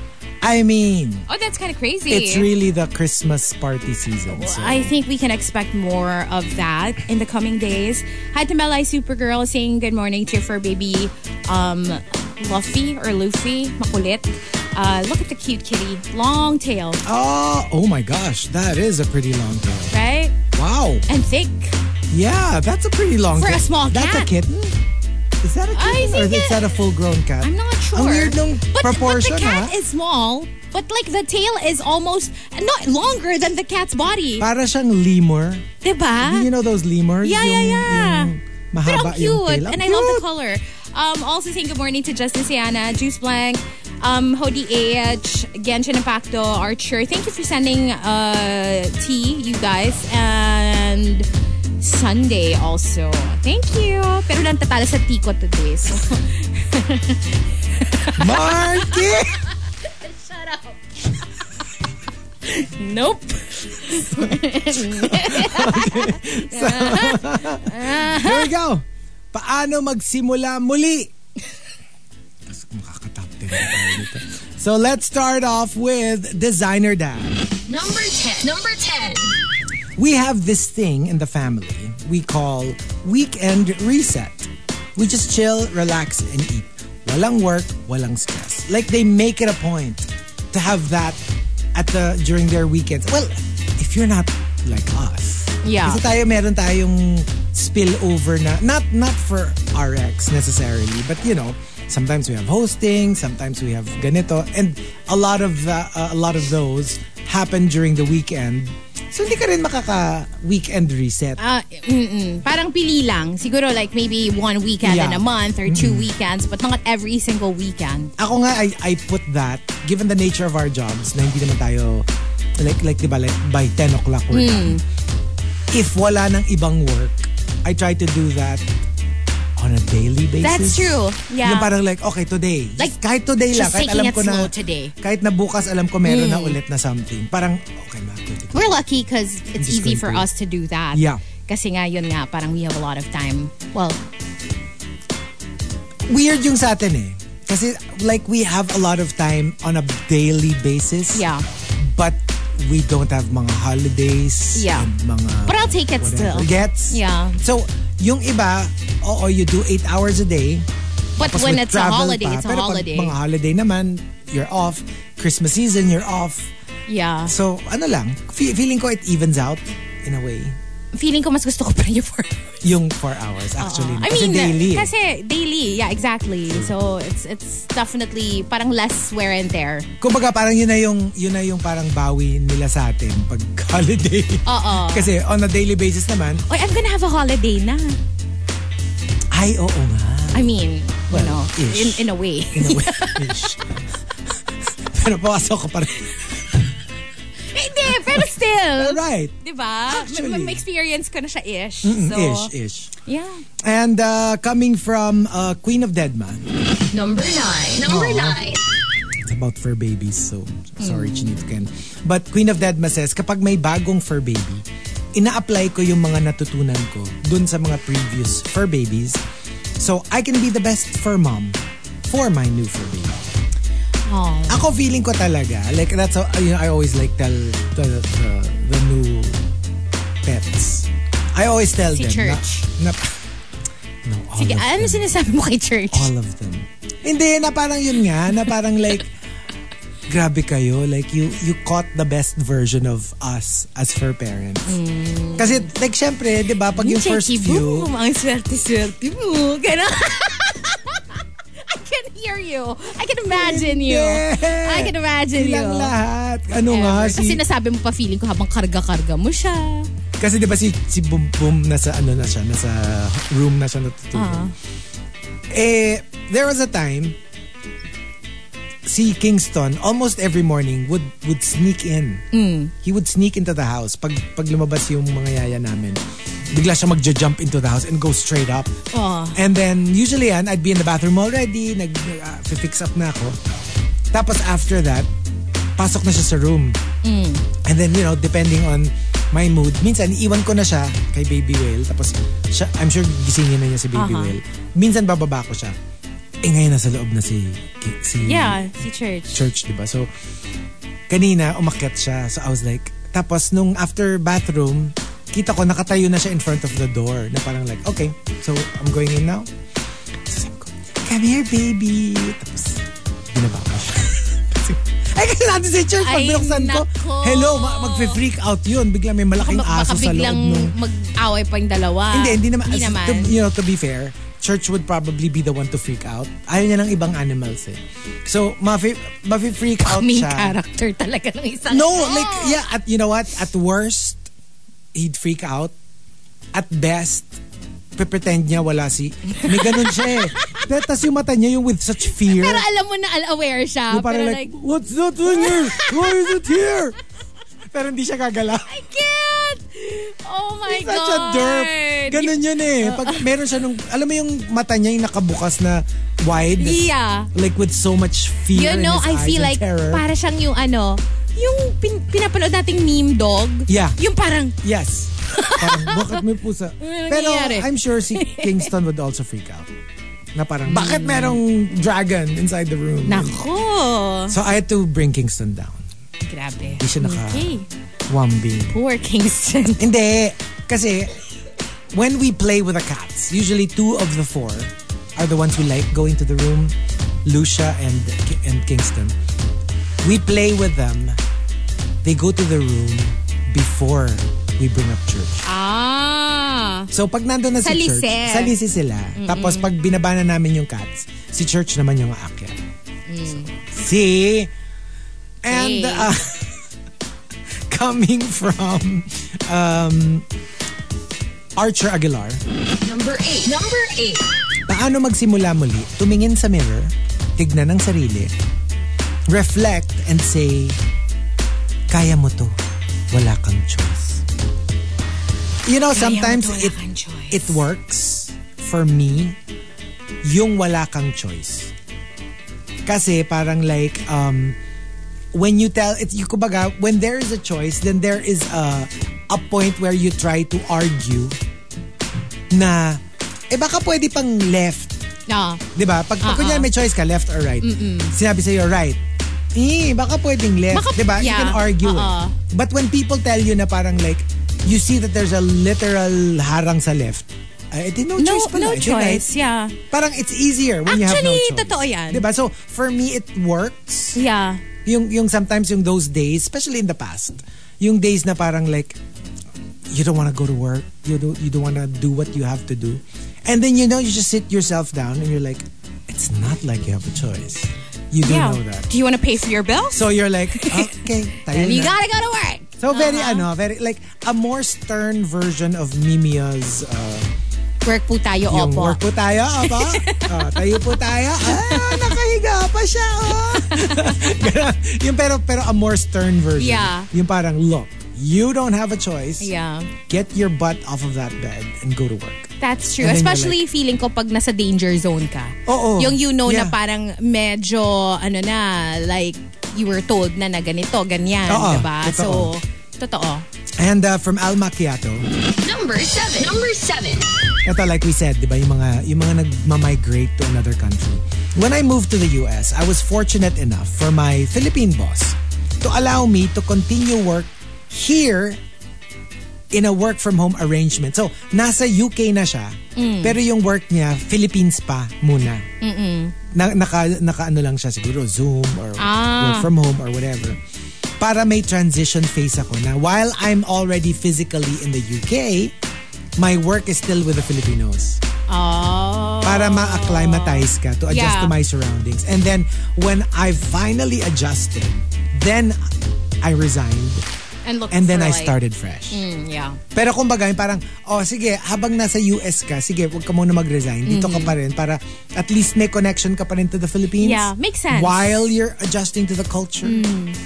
Speaker 4: I mean,
Speaker 5: Oh, that's kind of crazy.
Speaker 4: it's really the Christmas party season. So.
Speaker 5: I think we can expect more of that in the coming days. Hi to Melai Supergirl saying good morning to for baby um, Luffy or Luffy Makulit. Uh, look at the cute kitty. Long tail,
Speaker 4: Oh, oh my gosh, that is a pretty long tail.
Speaker 5: right?
Speaker 4: Wow.
Speaker 5: And thick.
Speaker 4: Yeah, that's a pretty long
Speaker 5: For a
Speaker 4: cat.
Speaker 5: small
Speaker 4: That's
Speaker 5: cat.
Speaker 4: a kitten? Is that a
Speaker 5: I
Speaker 4: kitten? or
Speaker 5: think
Speaker 4: is
Speaker 5: it-
Speaker 4: that a full grown cat?
Speaker 5: I'm not sure.
Speaker 4: Ang weird nung
Speaker 5: but,
Speaker 4: proportion,
Speaker 5: But the cat
Speaker 4: ha?
Speaker 5: is small, but like the tail is almost not longer than the cat's body.
Speaker 4: Para siyang lemur.
Speaker 5: Diba?
Speaker 4: you know those lemurs?
Speaker 5: Ah. Yeah, yeah,
Speaker 4: Yung-
Speaker 5: yeah.
Speaker 4: yung mahaba
Speaker 5: But how
Speaker 4: yung
Speaker 5: cute.
Speaker 4: tail. Ang
Speaker 5: And I love the
Speaker 4: cute.
Speaker 5: color. Um, also saying good morning to Justin Siana, Juice Blank, um, Hody AH, Genshin Impacto, Archer. Thank you for sending uh, tea, you guys. And Sunday also. Thank you. Pero lang tatalo sa tea ko today. So,
Speaker 4: Marky!
Speaker 5: shut up. nope.
Speaker 4: Here we go. Paano magsimula muli? Kasi makakatap din tayo nito. So let's start off with Designer Dad.
Speaker 2: Number 10. Number 10.
Speaker 4: We have this thing in the family we call weekend reset. We just chill, relax, and eat. Walang work, walang stress. Like they make it a point to have that at the during their weekends. Well, if you're not like us.
Speaker 5: Yeah.
Speaker 4: Kasi tayo meron tayong spillover na not not for RX necessarily, but you know, sometimes we have hosting, sometimes we have ganito and a lot of uh, uh, a lot of those happen during the weekend. So hindi ka rin makaka weekend reset.
Speaker 5: Uh, mm-mm. Parang pili lang. Siguro like maybe one weekend
Speaker 4: Yeah.
Speaker 5: in a
Speaker 4: Mm-hmm.
Speaker 5: month or two weekends, but not every single weekend.
Speaker 4: ako nga I, I put that given the nature of our jobs na hindi naman tayo like like 'di ba like by 10 o'clock we're
Speaker 5: Hmm.
Speaker 4: done. If wala ng ibang work, I try to do that on a daily basis.
Speaker 5: That's true. Yeah.
Speaker 4: Yung parang like, okay, today.
Speaker 5: Like,
Speaker 4: kahit today lang.
Speaker 5: just
Speaker 4: Kahit
Speaker 5: taking
Speaker 4: alam
Speaker 5: it
Speaker 4: ko na,
Speaker 5: slow today. Hmm.
Speaker 4: kahit na bukas alam ko meron na ulit na something. Parang, okay, ma, today.
Speaker 5: We're lucky because it's
Speaker 4: Just
Speaker 5: easy
Speaker 4: going
Speaker 5: for
Speaker 4: through.
Speaker 5: us to do that.
Speaker 4: Yeah.
Speaker 5: Kasi nga, yun nga, parang we have a lot of time. Well,
Speaker 4: weird yung sa atin eh. Kasi like we have a lot of time on a daily basis.
Speaker 5: Yeah.
Speaker 4: But we don't have mga holidays.
Speaker 5: Yeah.
Speaker 4: And mga
Speaker 5: But I'll take it
Speaker 4: whatever.
Speaker 5: still.
Speaker 4: Gets?
Speaker 5: Yeah.
Speaker 4: So, yung iba, oo, you do eight hours a day.
Speaker 5: but
Speaker 4: Tapos
Speaker 5: when
Speaker 4: with
Speaker 5: it's a
Speaker 4: travel
Speaker 5: holiday,
Speaker 4: pa.
Speaker 5: it's a
Speaker 4: Pero
Speaker 5: holiday.
Speaker 4: Pag mga holiday naman, you're off. Christmas season, you're off.
Speaker 5: yeah.
Speaker 4: So, ano lang, fe- feeling ko it evens out in a way.
Speaker 5: Feeling ko mas gusto ko pa yung for
Speaker 4: Yung four hours, actually.
Speaker 5: Uh-uh. I
Speaker 4: Kasi
Speaker 5: mean,
Speaker 4: daily. eh.
Speaker 5: kasi daily. Yeah, exactly. So, it's it's definitely parang less wear and tear.
Speaker 4: Kumbaga parang yun na yung yun na yung parang bawi nila sa atin pag holiday.
Speaker 5: Oo.
Speaker 4: Kasi on a daily basis naman,
Speaker 5: Oy, I'm gonna have a holiday na.
Speaker 4: ay oo nga.
Speaker 5: I mean, you know,
Speaker 4: ish.
Speaker 5: in, in a way.
Speaker 4: In a way, ish. Pero papasok ko pa rin.
Speaker 5: Hindi, pero still.
Speaker 4: Right.
Speaker 5: Diba?
Speaker 4: Actually.
Speaker 5: May, may experience ko na siya ish. So,
Speaker 4: Ish, ish.
Speaker 5: yeah.
Speaker 4: And uh, coming from uh, Queen of Deadman,
Speaker 2: Number nine. Number nine.
Speaker 4: it's about fur babies, so sorry,
Speaker 5: Mm.
Speaker 4: Chinito Ken. But Queen of Deadman says, kapag may bagong fur baby, ina-apply ko yung mga natutunan ko dun sa mga previous fur babies so I can be the best fur mom for my new fur baby.
Speaker 5: Oh.
Speaker 4: Ako feeling ko talaga, like that's how, you know, I always like tell the, the, the new pets. I always tell
Speaker 5: Si
Speaker 4: them.
Speaker 5: Church.
Speaker 4: Na, na, no, all
Speaker 5: Sige,
Speaker 4: of
Speaker 5: ano
Speaker 4: them.
Speaker 5: sinasabi mo kay church?
Speaker 4: All of them. Hindi, na parang yun nga, na parang like, grabe kayo, like you you caught the best version of us as fur parents.
Speaker 5: Mm.
Speaker 4: Kasi like syempre, di ba, pag yung first
Speaker 5: Checky
Speaker 4: few,
Speaker 5: boom, ang swerte-swerte mo. Ganon. I can hear you. I can imagine you.
Speaker 4: Hindi.
Speaker 5: I can imagine you.
Speaker 4: Ilang lahat. Ano nga,
Speaker 5: Ever. Kasi
Speaker 4: si,
Speaker 5: nasabi mo pa feeling ko habang karga-karga mo siya.
Speaker 4: Kasi di ba si, si Boom Boom nasa ano na siya, nasa room na siya natutulog. Eh, there was a time si Kingston almost every morning would would sneak in. He would sneak into the house pag pag lumabas yung mga yaya namin. Bigla siya magja-jump into the house and go straight up.
Speaker 5: Ah.
Speaker 4: And then usually yan, I'd be in the bathroom already, nag ah, fix up na ako. Tapos after that, pasok na siya sa room.
Speaker 5: Mm.
Speaker 4: And then, you know, depending on my mood, minsan iwan ko na siya kay Baby Whale. Tapos, siya, I'm sure gisingin na niya si Baby
Speaker 5: Aha.
Speaker 4: Whale. Minsan bababa ko siya. Eh, ngayon nasa loob na si, si
Speaker 5: Yeah, si church.
Speaker 4: church, di ba? So, kanina, umakyat siya. So, I was like, tapos nung after bathroom, kita ko nakatayo na siya in front of the door. Na parang like, okay, so I'm going in now. So, sabi ko, come here, baby. Tapos, binaba ko siya. Ay, kasi natin si church, pag
Speaker 5: Ay,
Speaker 4: binuksan ko,
Speaker 5: nako.
Speaker 4: hello, ma- mag-freak out yun. Bigla may malaking
Speaker 5: Baka
Speaker 4: aso sa loob.
Speaker 5: biglang
Speaker 4: nung-
Speaker 5: mag-away pa yung dalawa.
Speaker 4: hindi, hindi naman.
Speaker 5: Ah, Hindi
Speaker 4: as-
Speaker 5: naman.
Speaker 4: To, you know, to be fair, Church would probably be the one to freak out. Ayaw niya ng ibang animals eh. So, mafi, mafi-freak out
Speaker 5: Main
Speaker 4: siya.
Speaker 5: character talaga ng isang
Speaker 4: No,
Speaker 5: tao.
Speaker 4: like, yeah, at, you know what? At worst, he'd freak out. At best, pe-pretend niya wala si... May ganun siya eh. Pero tas yung mata niya, yung with such fear.
Speaker 5: Pero alam mo na aware siya.
Speaker 4: yung parang
Speaker 5: pero
Speaker 4: like,
Speaker 5: like,
Speaker 4: what's that in here? Why is it here? Pero hindi siya gagalaw.
Speaker 5: I can't! Oh my Uh,
Speaker 4: He's
Speaker 5: God!
Speaker 4: such a derp. Ganun yun eh. Pag meron siya nung, alam mo yung mata niya yung nakabukas na wide?
Speaker 5: Yeah.
Speaker 4: Like with so much
Speaker 5: You
Speaker 4: fear in
Speaker 5: know,
Speaker 4: his
Speaker 5: I
Speaker 4: eyes
Speaker 5: feel
Speaker 4: and
Speaker 5: like
Speaker 4: terror.
Speaker 5: para siyang yung ano, yung pin- pinapanood nating meme dog.
Speaker 4: Yeah.
Speaker 5: Yung parang,
Speaker 4: Yes. Parang, bakit may pusa?
Speaker 5: Ano
Speaker 4: Pero
Speaker 5: nangyayari?
Speaker 4: I'm sure si Kingston would also freak out. Na parang, bakit merong dragon inside the room?
Speaker 5: nako.
Speaker 4: So I had to bring Kingston down.
Speaker 5: Grabe.
Speaker 4: Di siya naka-
Speaker 5: Okay.
Speaker 4: Wambing.
Speaker 5: Poor Kingston.
Speaker 4: Hindi. Kasi, when we play with the cats, usually two of the four are the ones who like going to the room, Lucia and and Kingston. We play with them. They go to the room before we bring up church.
Speaker 5: Ah.
Speaker 4: So pag nandun na
Speaker 5: Sa
Speaker 4: si church,
Speaker 5: lise.
Speaker 4: sa lise sila. Tapos pag binabana namin yung cats, si church naman yung aakyat.
Speaker 5: Mm.
Speaker 4: See? And
Speaker 5: See.
Speaker 4: uh, coming from um, Archer Aguilar,
Speaker 2: Number eight. Number eight.
Speaker 4: Paano magsimula muli? Tumingin sa mirror, tignan ang sarili, reflect and say, kaya mo to, wala kang choice. You know, sometimes
Speaker 5: wala
Speaker 4: it,
Speaker 5: kang choice.
Speaker 4: it works for me, yung wala kang choice. Kasi parang like, um, when you tell, it, you, kumbaga, when there is a choice, then there is a, a point where you try to argue na, eh baka pwede pang left
Speaker 5: No.
Speaker 4: Di ba? Pag, pag
Speaker 5: Ah,
Speaker 4: kunyan,
Speaker 5: ah.
Speaker 4: may choice ka, left or right. Sinabi sa'yo, right. Eh, baka pwedeng left.
Speaker 5: Baka-
Speaker 4: Di ba? You
Speaker 5: yeah.
Speaker 4: can argue it.
Speaker 5: Ah, ah.
Speaker 4: But when people tell you na parang like, you see that there's a literal harang sa left, ay, edi no,
Speaker 5: No,
Speaker 4: choice pala.
Speaker 5: no
Speaker 4: edi
Speaker 5: choice,
Speaker 4: right.
Speaker 5: yeah.
Speaker 4: Parang it's easier when you have no
Speaker 5: Actually,
Speaker 4: choice.
Speaker 5: totoo yan.
Speaker 4: Di ba? So, for me, it works.
Speaker 5: Yeah.
Speaker 4: Yung, yung sometimes yung those days, especially in the past, yung days na parang like, you don't want to go to work. You don't you don't want to do what you have to do. And then you know you just sit yourself down and you're like, it's not like you have a choice. You do
Speaker 5: Yeah.
Speaker 4: know that.
Speaker 5: Do you want to pay for your bill?
Speaker 4: So you're like, okay, tayo
Speaker 5: And you
Speaker 4: na.
Speaker 5: gotta go to work.
Speaker 4: So very ano, very like a more stern version of Mimia's uh,
Speaker 5: Work po tayo,
Speaker 4: yung
Speaker 5: opo.
Speaker 4: work po tayo, aba. oh, tayo po tayo. Ah, nakahiga pa siya. Oh. Ganun. yung pero pero a more stern version.
Speaker 5: Yeah.
Speaker 4: Yung parang look, you don't have a choice.
Speaker 5: Yeah.
Speaker 4: Get your butt off of that bed and go to work.
Speaker 5: That's true.
Speaker 4: And then you're
Speaker 5: Especially feeling ko pag nasa danger zone ka.
Speaker 4: Oo.
Speaker 5: Yung you know
Speaker 4: Yeah.
Speaker 5: na parang medyo, ano na, like, you were told na na ganito, ganyan,
Speaker 4: Oo,
Speaker 5: diba?
Speaker 4: totoo.
Speaker 5: So, totoo.
Speaker 4: And uh, from Al Macchiato,
Speaker 2: Number seven. Number seven.
Speaker 4: ito like we said, di ba, yung mga, yung mga nagmamigrate to another country. When I moved to the US, I was fortunate enough for my Philippine boss to allow me to continue work here in a work from home arrangement. So, nasa UK na siya, pero yung work niya, Philippines pa muna. Na, naka, naka ano lang siya siguro, Zoom or work from home or whatever. Para may transition phase ako na while I'm already physically in the UK, my work is still with the Filipinos.
Speaker 5: Oh.
Speaker 4: Para ma-acclimatize ka to adjust
Speaker 5: Yeah.
Speaker 4: to my surroundings. And then, when I finally adjusted, then I resigned
Speaker 5: And, look
Speaker 4: and then
Speaker 5: for,
Speaker 4: I
Speaker 5: like,
Speaker 4: started fresh.
Speaker 5: Mm, yeah.
Speaker 4: Pero kumbaga, yung parang, oh sige, habang nasa US ka, sige, huwag ka muna mag-resign. Dito
Speaker 5: Mm-hmm.
Speaker 4: ka pa rin para at least may connection ka pa rin to the Philippines.
Speaker 5: Yeah, makes sense. Mm.
Speaker 4: While you're adjusting to the culture.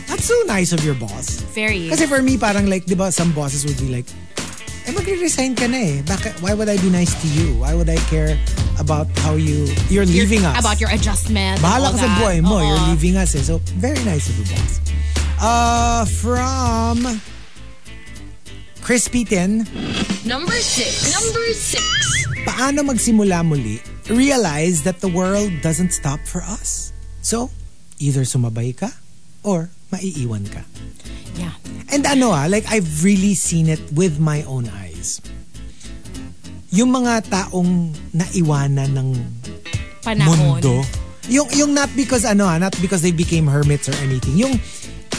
Speaker 4: That's so nice of your boss.
Speaker 5: Very.
Speaker 4: Kasi for me, parang like, di ba, some bosses would be like, eh, magre-resign ka na eh. Bakit, why would I be nice to you? Why would I care about how you, you're leaving us?
Speaker 5: About your adjustment. and all
Speaker 4: Bahala ka sa
Speaker 5: that.
Speaker 4: buhay
Speaker 5: Oo.
Speaker 4: mo. You're leaving us eh. So, very nice of you, boss. Uh, from Crispy Tin,
Speaker 2: Number six. Number six.
Speaker 4: paano magsimula muli, realize that the world doesn't stop for us. So, either sumabay ka or maiiwan ka.
Speaker 5: Yeah.
Speaker 4: And ano ah, like I've really seen it with my own eyes. Yung mga taong naiwanan ng
Speaker 5: Panahon.
Speaker 4: mundo. Yung, yung not because ano ah, not because they became hermits or anything. Yung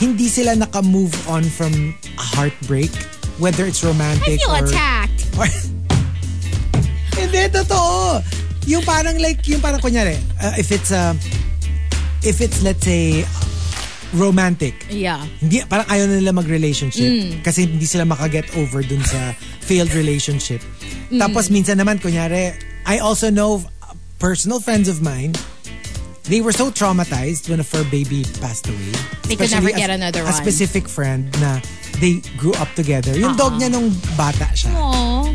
Speaker 4: hindi sila naka-move on from a heartbreak, whether it's
Speaker 5: I
Speaker 4: romantic
Speaker 5: feel
Speaker 4: or...
Speaker 5: attacked.
Speaker 4: Or, hindi, totoo. Yung parang like, yung parang kunyari, uh, if it's, uh, if it's let's say, romantic,
Speaker 5: Yeah.
Speaker 4: hindi, parang ayaw na nila mag-relationship
Speaker 5: Mm.
Speaker 4: kasi hindi sila makaget over dun sa failed relationship.
Speaker 5: Mm.
Speaker 4: Tapos minsan naman, kunyari, I also know uh, personal friends of mine, they were so traumatized when a fur baby passed away.
Speaker 5: They could
Speaker 4: Especially
Speaker 5: never get another
Speaker 4: a
Speaker 5: one.
Speaker 4: specific friend na they grew up together. Yung dog
Speaker 5: Uh-huh.
Speaker 4: niya nung bata siya
Speaker 5: Oh.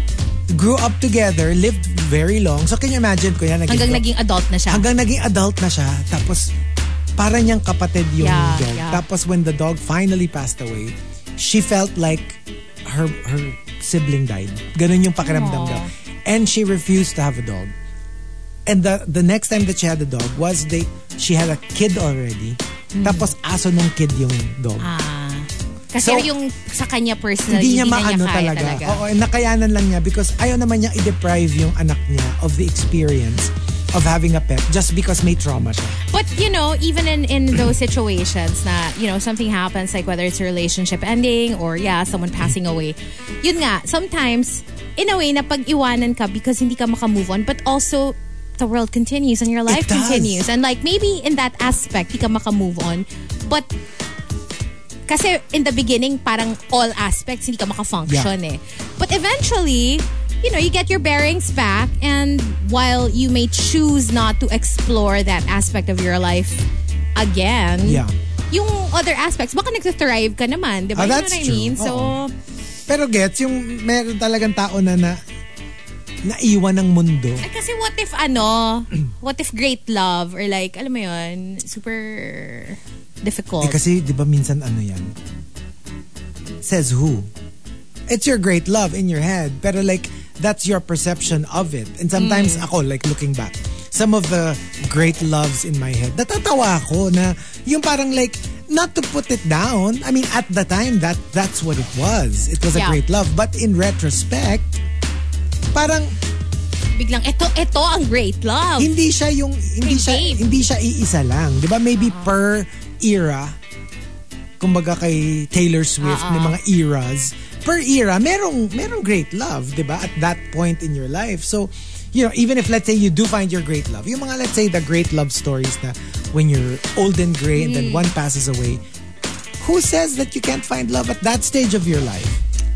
Speaker 4: grew up together, lived very long. So can you imagine ko yan?
Speaker 5: Hanggang naging adult na siya.
Speaker 4: Diba? hanggang naging adult na siya. Tapos para niyang kapatid yung
Speaker 5: Yeah,
Speaker 4: dog.
Speaker 5: yeah.
Speaker 4: Tapos when the dog finally passed away, she felt like her her sibling died. Ganun yung pakiramdam
Speaker 5: Aw.
Speaker 4: daw. And she refused to have a dog. And the the next time that she had a dog was they she had a kid already.
Speaker 5: Hmm.
Speaker 4: Tapos aso nung kid yung dog.
Speaker 5: Kasi
Speaker 4: So,
Speaker 5: yung sa kanya personally,
Speaker 4: hindi
Speaker 5: Ah,
Speaker 4: niya
Speaker 5: na
Speaker 4: maano
Speaker 5: niya kaya
Speaker 4: talaga. Oo, nakayanan lang niya because ayaw naman niya i-deprive yung anak niya of the experience of having a pet just because may trauma siya.
Speaker 5: But you know, even in in those situations na you know something happens, like whether it's a relationship ending or yeah, someone passing away, yun nga. Sometimes in a way na pag-iwanan ka because hindi ka makamove on, but also the world continues and your life
Speaker 4: does.
Speaker 5: continues. And like maybe in that aspect, di ka makamove on, but kasi in the beginning, parang all aspects, hindi ka makafunction eh. But eventually, you know, you get your bearings back and while you may choose not to explore that aspect of your life again,
Speaker 4: Yeah.
Speaker 5: yung other aspects, baka nagtathrive ka naman, di ba?
Speaker 4: Ah,
Speaker 5: You know
Speaker 4: that's
Speaker 5: what I mean?
Speaker 4: true.
Speaker 5: So,
Speaker 4: Pero gets, yung meron talagang tao na na naiwan ng mundo.
Speaker 5: eh, kasi what if ano, what if great love or like, alam mo yun, super difficult.
Speaker 4: Eh, kasi, di ba minsan ano yan? Says who? It's your great love in your head. Pero like, that's your perception of it. And sometimes ako, like looking back, some of the great loves in my head, natatawa ako na yung parang like, not to put it down. I mean, at the time, that that's what it was. It was a
Speaker 5: Yeah.
Speaker 4: great love. But in retrospect, parang
Speaker 5: Biglang, eto, eto ang great love.
Speaker 4: hindi siya yung hindi siya
Speaker 5: Hindi.
Speaker 4: hindi siya iisa lang, 'di ba? Maybe per era. Kumbaga kay Taylor Swift may mga eras. Per era, merong merong great love, 'di ba? At that point in your life. So, you know, even if let's say you do find your great love, yung mga let's say the great love stories na when you're old and gray and then one passes away, who says that you can't find love at that stage of your life?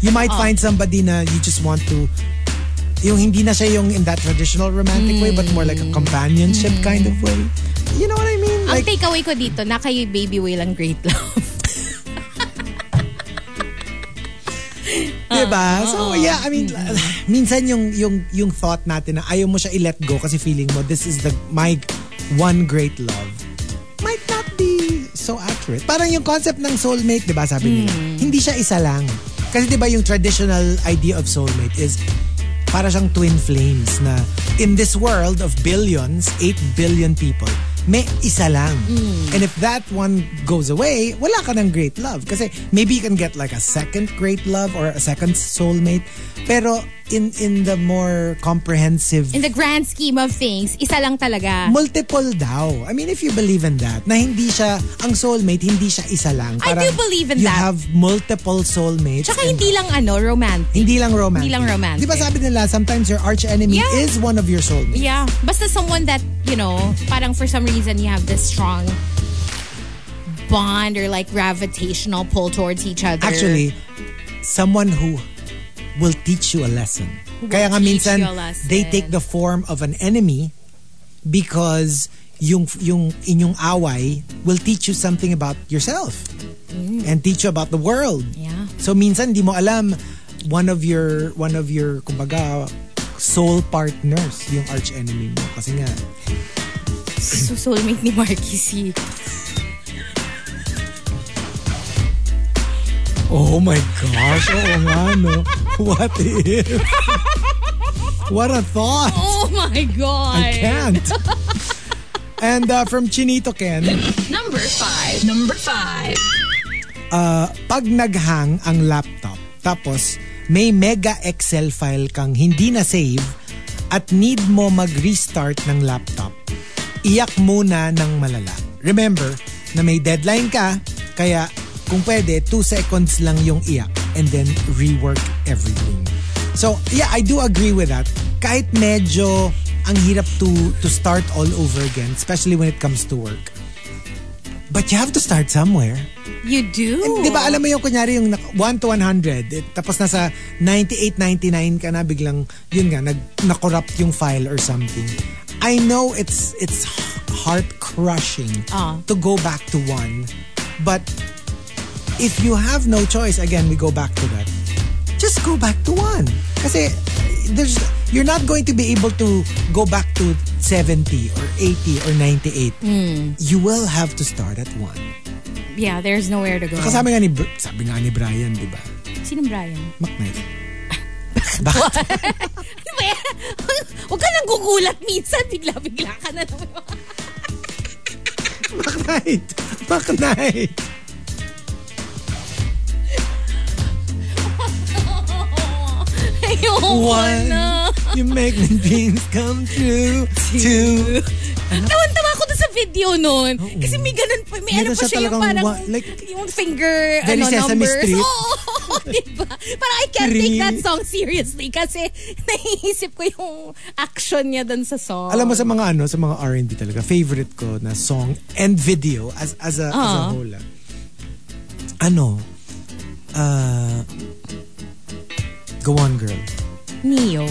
Speaker 4: You might find somebody na you just want to yung hindi na siya yung in that traditional romantic way but more like a companionship kind of way. You know what I mean?
Speaker 5: Ang
Speaker 4: Like
Speaker 5: takeaway ko dito, na kay Baby Whale ang great love.
Speaker 4: 'di ba? diba? So yeah, I mean minsan yung yung yung thought natin na ayaw mo siya i-let go kasi feeling mo this is the my one great love might not be so accurate. Parang yung concept ng soulmate, 'di ba? Sabi nila, hindi siya isa lang. Kasi 'di ba yung traditional idea of soulmate is para siyang twin flames na in this world of billions, 8 billion people, may isa lang.
Speaker 5: Mm.
Speaker 4: And if that one goes away, wala ka ng great love. Kasi maybe you can get like a second great love or a second soulmate. Pero in in the more comprehensive
Speaker 5: In the grand scheme of things, isa lang talaga.
Speaker 4: Multiple daw. I mean, if you believe in that, na hindi siya, ang soulmate, hindi siya isa lang.
Speaker 5: I do believe in
Speaker 4: you
Speaker 5: that.
Speaker 4: have multiple soulmates.
Speaker 5: Tsaka
Speaker 4: and-
Speaker 5: hindi lang ano, romantic.
Speaker 4: hindi lang romantic.
Speaker 5: Hindi lang romantic.
Speaker 4: Di ba sabi nila, sometimes your arch enemy
Speaker 5: Yeah.
Speaker 4: is one of your soulmates.
Speaker 5: Yeah. Basta someone that, you know, parang for some reason you have this strong bond or like gravitational pull towards each other.
Speaker 4: Actually, someone who will teach you a lesson. Kaya nga
Speaker 5: teach
Speaker 4: minsan,
Speaker 5: you a lesson.
Speaker 4: they take the form of an enemy because yung yung inyong away will teach you something about yourself and teach you about the world.
Speaker 5: Mm. Yeah.
Speaker 4: So minsan di mo alam one of your one of your kumbaga soul partners yung arch enemy mo kasi nga
Speaker 5: So soulmate ni Marky C.
Speaker 4: Oh my gosh, oo nga no. What if? What a thought.
Speaker 5: Oh my God.
Speaker 4: I can't. And uh, from Chinito Ken,
Speaker 2: Number five. Number five.
Speaker 4: pag naghang ang laptop, tapos may mega Excel file kang hindi na save at need mo mag-restart ng laptop, iyak muna ng malala. Remember na may deadline ka, kaya kung pwede, 2 seconds lang yung iyak and then rework everything. So, yeah, I do agree with that. Kahit medyo ang hirap to to start all over again, especially when it comes to work. But you have to start somewhere.
Speaker 5: You do?
Speaker 4: Eh, Di ba alam mo yung kunyari yung nak- 1 to 100, eh, tapos nasa 98, 99 ka na, biglang, yun nga, nag, na-corrupt yung file or something. I know it's it's heart-crushing
Speaker 5: Ah.
Speaker 4: to go back to one, but if you have no choice, again, we go back to that, just go back to one. Kasi there's, you're not going to be able to go back to 70 or 80 or 98. You will have to start at one.
Speaker 5: Yeah, there's nowhere to go.
Speaker 4: Kasi sabi nga ni, Br- sabi nga ni Brian, di ba?
Speaker 5: Sinong Brian?
Speaker 4: McKnight.
Speaker 5: Ano ba yan? Huwag ka nang gugulat minsan. Bigla-bigla ka na naman.
Speaker 4: McKnight! McKnight!
Speaker 5: Ayoko
Speaker 4: One.
Speaker 5: na.
Speaker 4: You make my dreams come true. Too. Ano?
Speaker 5: Tawan-tawa ako dun sa video nun. Kasi may ganun pa, may ano
Speaker 4: Meron
Speaker 5: pa
Speaker 4: siya
Speaker 5: siya yung
Speaker 4: talagang
Speaker 5: parang,
Speaker 4: wa- like,
Speaker 5: yung finger, ano,
Speaker 4: Very Sesame
Speaker 5: numbers.
Speaker 4: Street.
Speaker 5: Oo, diba? Parang I can't take that song seriously kasi naiisip ko yung action niya dun sa song.
Speaker 4: Alam mo sa mga ano, sa mga R&B talaga, favorite ko na song and video as as a, as a
Speaker 5: Oo.
Speaker 4: whole. ah. Ano? Uh, go on, girl.
Speaker 5: Neo.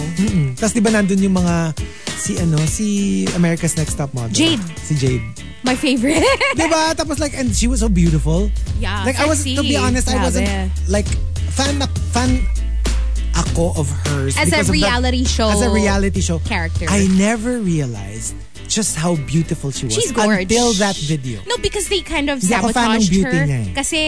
Speaker 4: Tapos di ba nandun yung mga si ano, si America's Next Top Model.
Speaker 5: Jade.
Speaker 4: Si Jade.
Speaker 5: My favorite.
Speaker 4: Di ba? Diba? Tapos like, and she was so beautiful.
Speaker 5: Yeah,
Speaker 4: Like I was, to
Speaker 5: sexy.
Speaker 4: be honest,
Speaker 5: Grabe.
Speaker 4: I wasn't like, fan, na- fan ako of hers.
Speaker 5: As a
Speaker 4: because of that-
Speaker 5: reality show
Speaker 4: As a reality show.
Speaker 5: character.
Speaker 4: I never realized just how beautiful she was.
Speaker 5: She's gorgeous.
Speaker 4: Until that video.
Speaker 5: No, because they kind of
Speaker 4: Hindi ako fan ng
Speaker 5: sabotaged
Speaker 4: beauty
Speaker 5: her.
Speaker 4: niya eh.
Speaker 5: Kasi,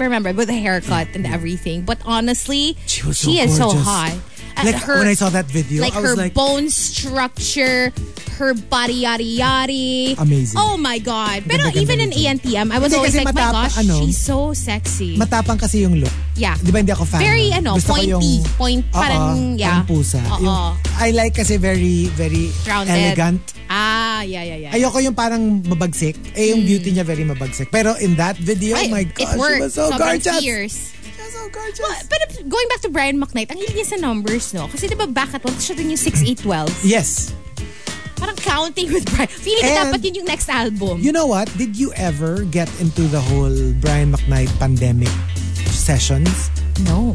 Speaker 5: remember, with the haircut and everything. But honestly,
Speaker 4: She was so
Speaker 5: is so
Speaker 4: gorgeous.
Speaker 5: hot. At
Speaker 4: Like, when I saw that video,
Speaker 5: like
Speaker 4: I was
Speaker 5: her
Speaker 4: like-
Speaker 5: bone structure, her body, yada yada.
Speaker 4: Amazing.
Speaker 5: Oh my god! Pero
Speaker 4: Ganda, ganda
Speaker 5: even in E
Speaker 4: nito.
Speaker 5: ENTM, I was
Speaker 4: Kasi-
Speaker 5: always
Speaker 4: kasi
Speaker 5: like, my
Speaker 4: matapa-
Speaker 5: gosh,
Speaker 4: ano?
Speaker 5: she's so sexy.
Speaker 4: Matapang kasi yung look.
Speaker 5: Yeah.
Speaker 4: Di ba hindi ako fan?
Speaker 5: Very,
Speaker 4: nun.
Speaker 5: ano,
Speaker 4: Gusto ko
Speaker 5: pointy.
Speaker 4: yung,
Speaker 5: Point,
Speaker 4: Oo,
Speaker 5: parang, yeah.
Speaker 4: Parang pusa.
Speaker 5: Oo.
Speaker 4: Yung, I like kasi very, very
Speaker 5: Rounded.
Speaker 4: elegant.
Speaker 5: Ah, yeah, yeah, yeah.
Speaker 4: Ayoko Oh yung parang mabagsik. Eh, yung beauty niya very mabagsik. Pero in that video,
Speaker 5: Hmm. Ay,
Speaker 4: my
Speaker 5: it
Speaker 4: gosh, she
Speaker 5: worked.
Speaker 4: was so
Speaker 5: Sobrang
Speaker 4: gorgeous.
Speaker 5: fierce. Uh,
Speaker 4: She was so gorgeous.
Speaker 5: But going back to Brian McKnight, ang hilig niya sa numbers, no? Kasi di ba back at once siya dun yung 6, 8, 12.
Speaker 4: Yes.
Speaker 5: Parang counting with Brian. Feeling ko
Speaker 4: And-
Speaker 5: dapat yun yung next album.
Speaker 4: You know what? Did you ever get into the whole Brian McKnight pandemic sessions?
Speaker 5: no.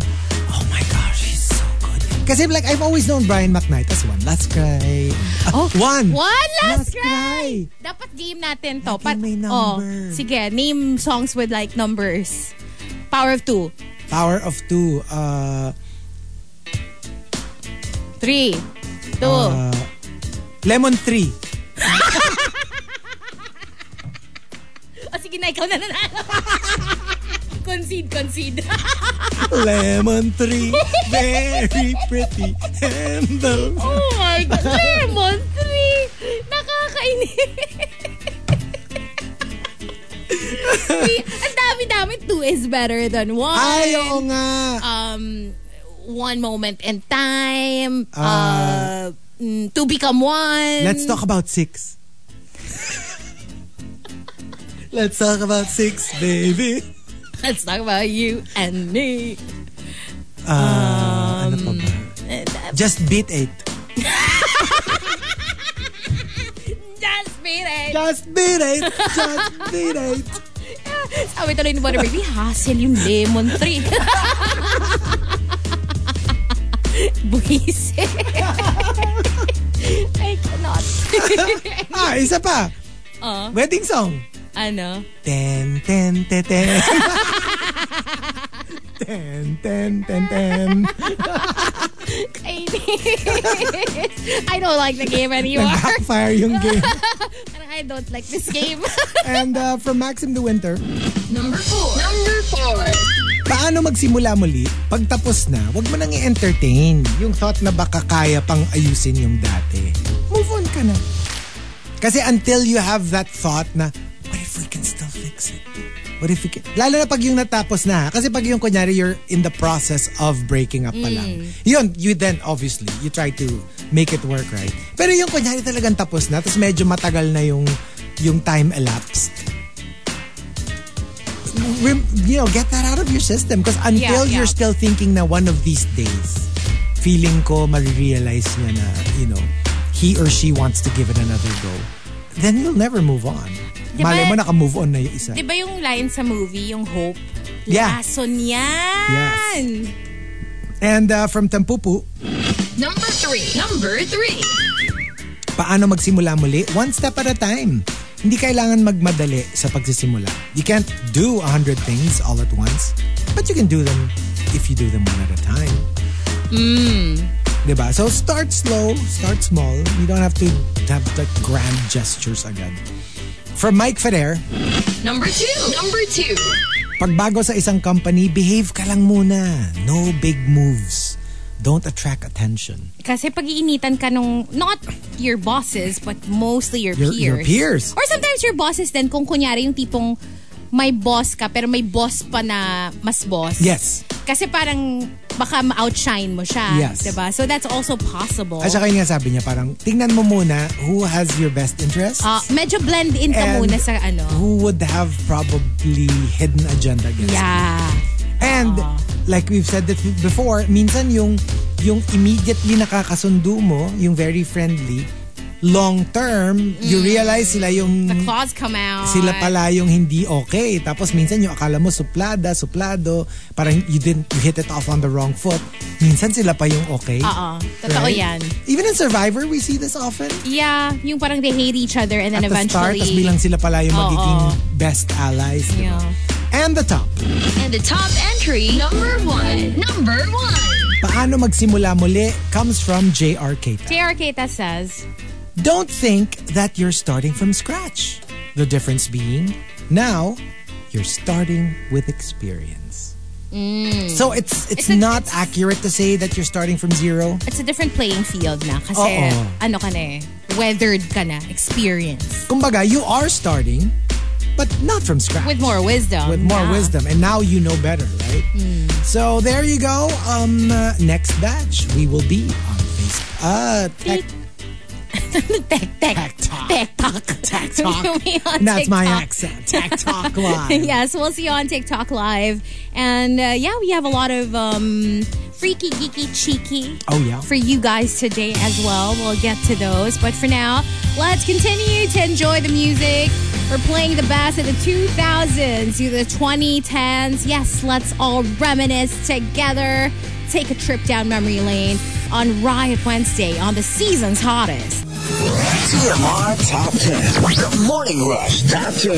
Speaker 4: Oh my gosh, he's so good. Kasi like, I've always known Brian McKnight as one last cry.
Speaker 5: Oh,
Speaker 4: one.
Speaker 5: One last,
Speaker 4: Last
Speaker 5: cry.
Speaker 4: cry.
Speaker 5: Dapat game natin to.
Speaker 4: Lagi may
Speaker 5: oh,
Speaker 4: number.
Speaker 5: sige, name songs with like numbers. Power of 2,
Speaker 4: Power of Two. Uh,
Speaker 5: 3, 2.
Speaker 4: Lemon Tree.
Speaker 5: oh, sige na, ikaw na nanalo. concede, concede.
Speaker 4: Lemon Tree. Very pretty. And the...
Speaker 5: oh my God. Lemon 3. Nakakainis. Three. Ang dami-dami. Two is better than one.
Speaker 4: Ay, oo nga.
Speaker 5: um one moment in time uh,
Speaker 4: Ah.
Speaker 5: mm, to become one
Speaker 4: Let's talk about six. Let's talk about six, baby.
Speaker 5: let's talk about you and me
Speaker 4: Ah, ano pa ba? Just beat eight.
Speaker 5: just beat it
Speaker 4: Just beat eight. Just beat eight.
Speaker 5: sabi tuloy ni Butter Baby hassle yung lemon tree buwis I cannot
Speaker 4: Ah, isa pa.
Speaker 5: Ah.
Speaker 4: Wedding song.
Speaker 5: ano
Speaker 4: Ten, ten, ten, ten. ten, ten, ten, ten.
Speaker 5: I don't like the game anymore
Speaker 4: Nag-backfire yung game.
Speaker 5: Parang I don't like this game
Speaker 4: And uh, from Maxim the Winter,
Speaker 2: Number four. Number four.
Speaker 4: paano magsimula muli pag tapos na, wag mo nang i-entertain yung thought na baka kaya pang ayusin yung dati. Move on ka na. Kasi until you have that thought na, what if we can still fix it? What if we can... Lalo na pag yung natapos na. ha. Kasi pag yung kunyari, you're in the process of breaking up pa
Speaker 5: Mm.
Speaker 4: lang. Yun, you then obviously, you try to make it work right. Pero yung kunyari talagang tapos na, tapos medyo matagal na yung yung time elapsed. Rem- You know, get that out of your system. Because until
Speaker 5: Yeah, yeah.
Speaker 4: you're still thinking na one of these days, feeling ko marirealize niya na, you know, he or she wants to give it another go, then you'll never move on.
Speaker 5: Di ba-
Speaker 4: Malay mo, naka-move on na yung isa.
Speaker 5: Di ba yung line sa movie, yung hope?
Speaker 4: Yeah.
Speaker 5: Lason yan!
Speaker 4: Yes. And uh, from Tampupu,
Speaker 2: Number three. Number three.
Speaker 4: paano magsimula muli? One step at a time. Hindi kailangan magmadali sa pagsisimula. You can't do a hundred things all at once, but you can do them if you do them one at a time. Mm. Diba? So start slow, start small. You don't have to have the grand gestures agad. From Mike Ferrer,
Speaker 2: Number two. Number two.
Speaker 4: Pagbago sa isang company, behave ka lang muna. No big moves. Don't attract attention.
Speaker 5: Kasi pag iinitan ka nung, not your bosses, but mostly your,
Speaker 4: Your-
Speaker 5: peers.
Speaker 4: your peers.
Speaker 5: Or sometimes your bosses din, kung kunyari yung tipong may boss ka, pero may boss pa na mas boss.
Speaker 4: Yes.
Speaker 5: Kasi parang baka ma-outshine mo siya.
Speaker 4: Yes.
Speaker 5: Diba? So that's also possible.
Speaker 4: At saka yun nga sabi niya, parang tingnan mo muna who has your best interests
Speaker 5: Ah, medyo blend in ka
Speaker 4: And
Speaker 5: muna sa ano.
Speaker 4: who would have probably hidden agenda against
Speaker 5: Yeah. Ah.
Speaker 4: And like we've said that before, minsan yung yung immediately nakakasundo mo, yung very friendly, long term, you
Speaker 5: Mm.
Speaker 4: realize sila yung
Speaker 5: The claws come out.
Speaker 4: Hmm. sila pala yung hindi okay. Tapos minsan yung akala mo suplada, suplado, parang you didn't you hit it off on the wrong foot. Minsan sila pa yung okay.
Speaker 5: Oo. Ah, Totoo
Speaker 4: Right?
Speaker 5: yan.
Speaker 4: Even in Survivor, we see this often.
Speaker 5: Yeah. Yung parang they hate each other and then
Speaker 4: At the start,
Speaker 5: eventually...
Speaker 4: tas bilang sila pala yung
Speaker 5: Oo.
Speaker 4: magiging best allies. di ba?
Speaker 5: Yeah.
Speaker 4: And the top.
Speaker 2: And the top entry, number one. Number one.
Speaker 4: Paano magsimula muli comes from J.R. Keita.
Speaker 5: J.R. Keita says,
Speaker 4: Don't think that you're starting from scratch. The difference being, now you're starting with experience. So it's
Speaker 5: Mm. It's
Speaker 4: it's,
Speaker 5: a-
Speaker 4: not
Speaker 5: it's-
Speaker 4: accurate to say that you're starting from zero.
Speaker 5: it's a different playing field na. Kasi
Speaker 4: Oo.
Speaker 5: ano ka na eh. Weathered ka na. Experience.
Speaker 4: Kumbaga, you are starting, but not from scratch.
Speaker 5: With more wisdom.
Speaker 4: With more
Speaker 5: Yeah. Mm.
Speaker 4: wisdom, and now you know better, right? So there you go. Um, uh, next batch we will be on Facebook. Uh, tech,
Speaker 5: Tek, tek.
Speaker 4: Tek Tok.
Speaker 5: Tek Tok.
Speaker 4: Tek Tok.
Speaker 5: We'll be on
Speaker 4: that's my
Speaker 5: TikTok.
Speaker 4: accent. Tech talk live.
Speaker 5: yes, we'll see you on TikTok Live. And uh, yeah, we have a lot of um, freaky, geeky, cheeky
Speaker 4: Oh yeah.
Speaker 5: for you guys today as well. We'll get to those. But for now, let's continue to enjoy the music. We're playing the best of the 2000s to the 2010s. Yes, let's all reminisce together. Take a trip down memory lane on Riot Wednesday on the season's hottest.
Speaker 3: TMR Top 10. The Morning Rush Top 10.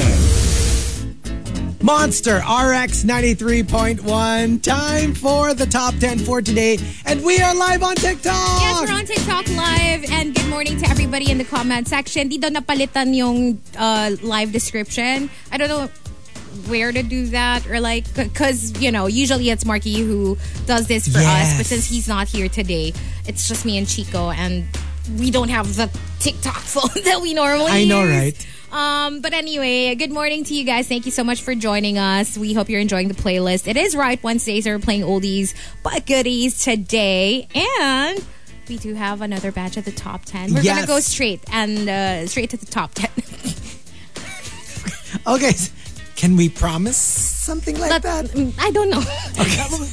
Speaker 4: Monster RX 93.1. Time for the top 10 for today. And we are live on TikTok.
Speaker 5: Yes, we're on TikTok Live. And good morning to everybody in the comment section. Dito napalitan yung uh, live description. I don't know where to do that or like because you know usually it's Marky who does this for us but
Speaker 4: Yes.
Speaker 5: since he's not here today it's just me and Chico and we don't have the TikTok phone that we normally
Speaker 4: I know,
Speaker 5: use.
Speaker 4: right?
Speaker 5: Um, but anyway, good morning to you guys. Thank you so much for joining us. We hope you're enjoying the playlist. It is Riot Wednesday, so we're playing oldies but goodies today. And we do have another batch of the top 10. We're going
Speaker 4: Yes.
Speaker 5: to go straight and uh, straight to the top 10.
Speaker 4: Okay. s- Can we promise something like
Speaker 5: But,
Speaker 4: that?
Speaker 5: mm, I don't know.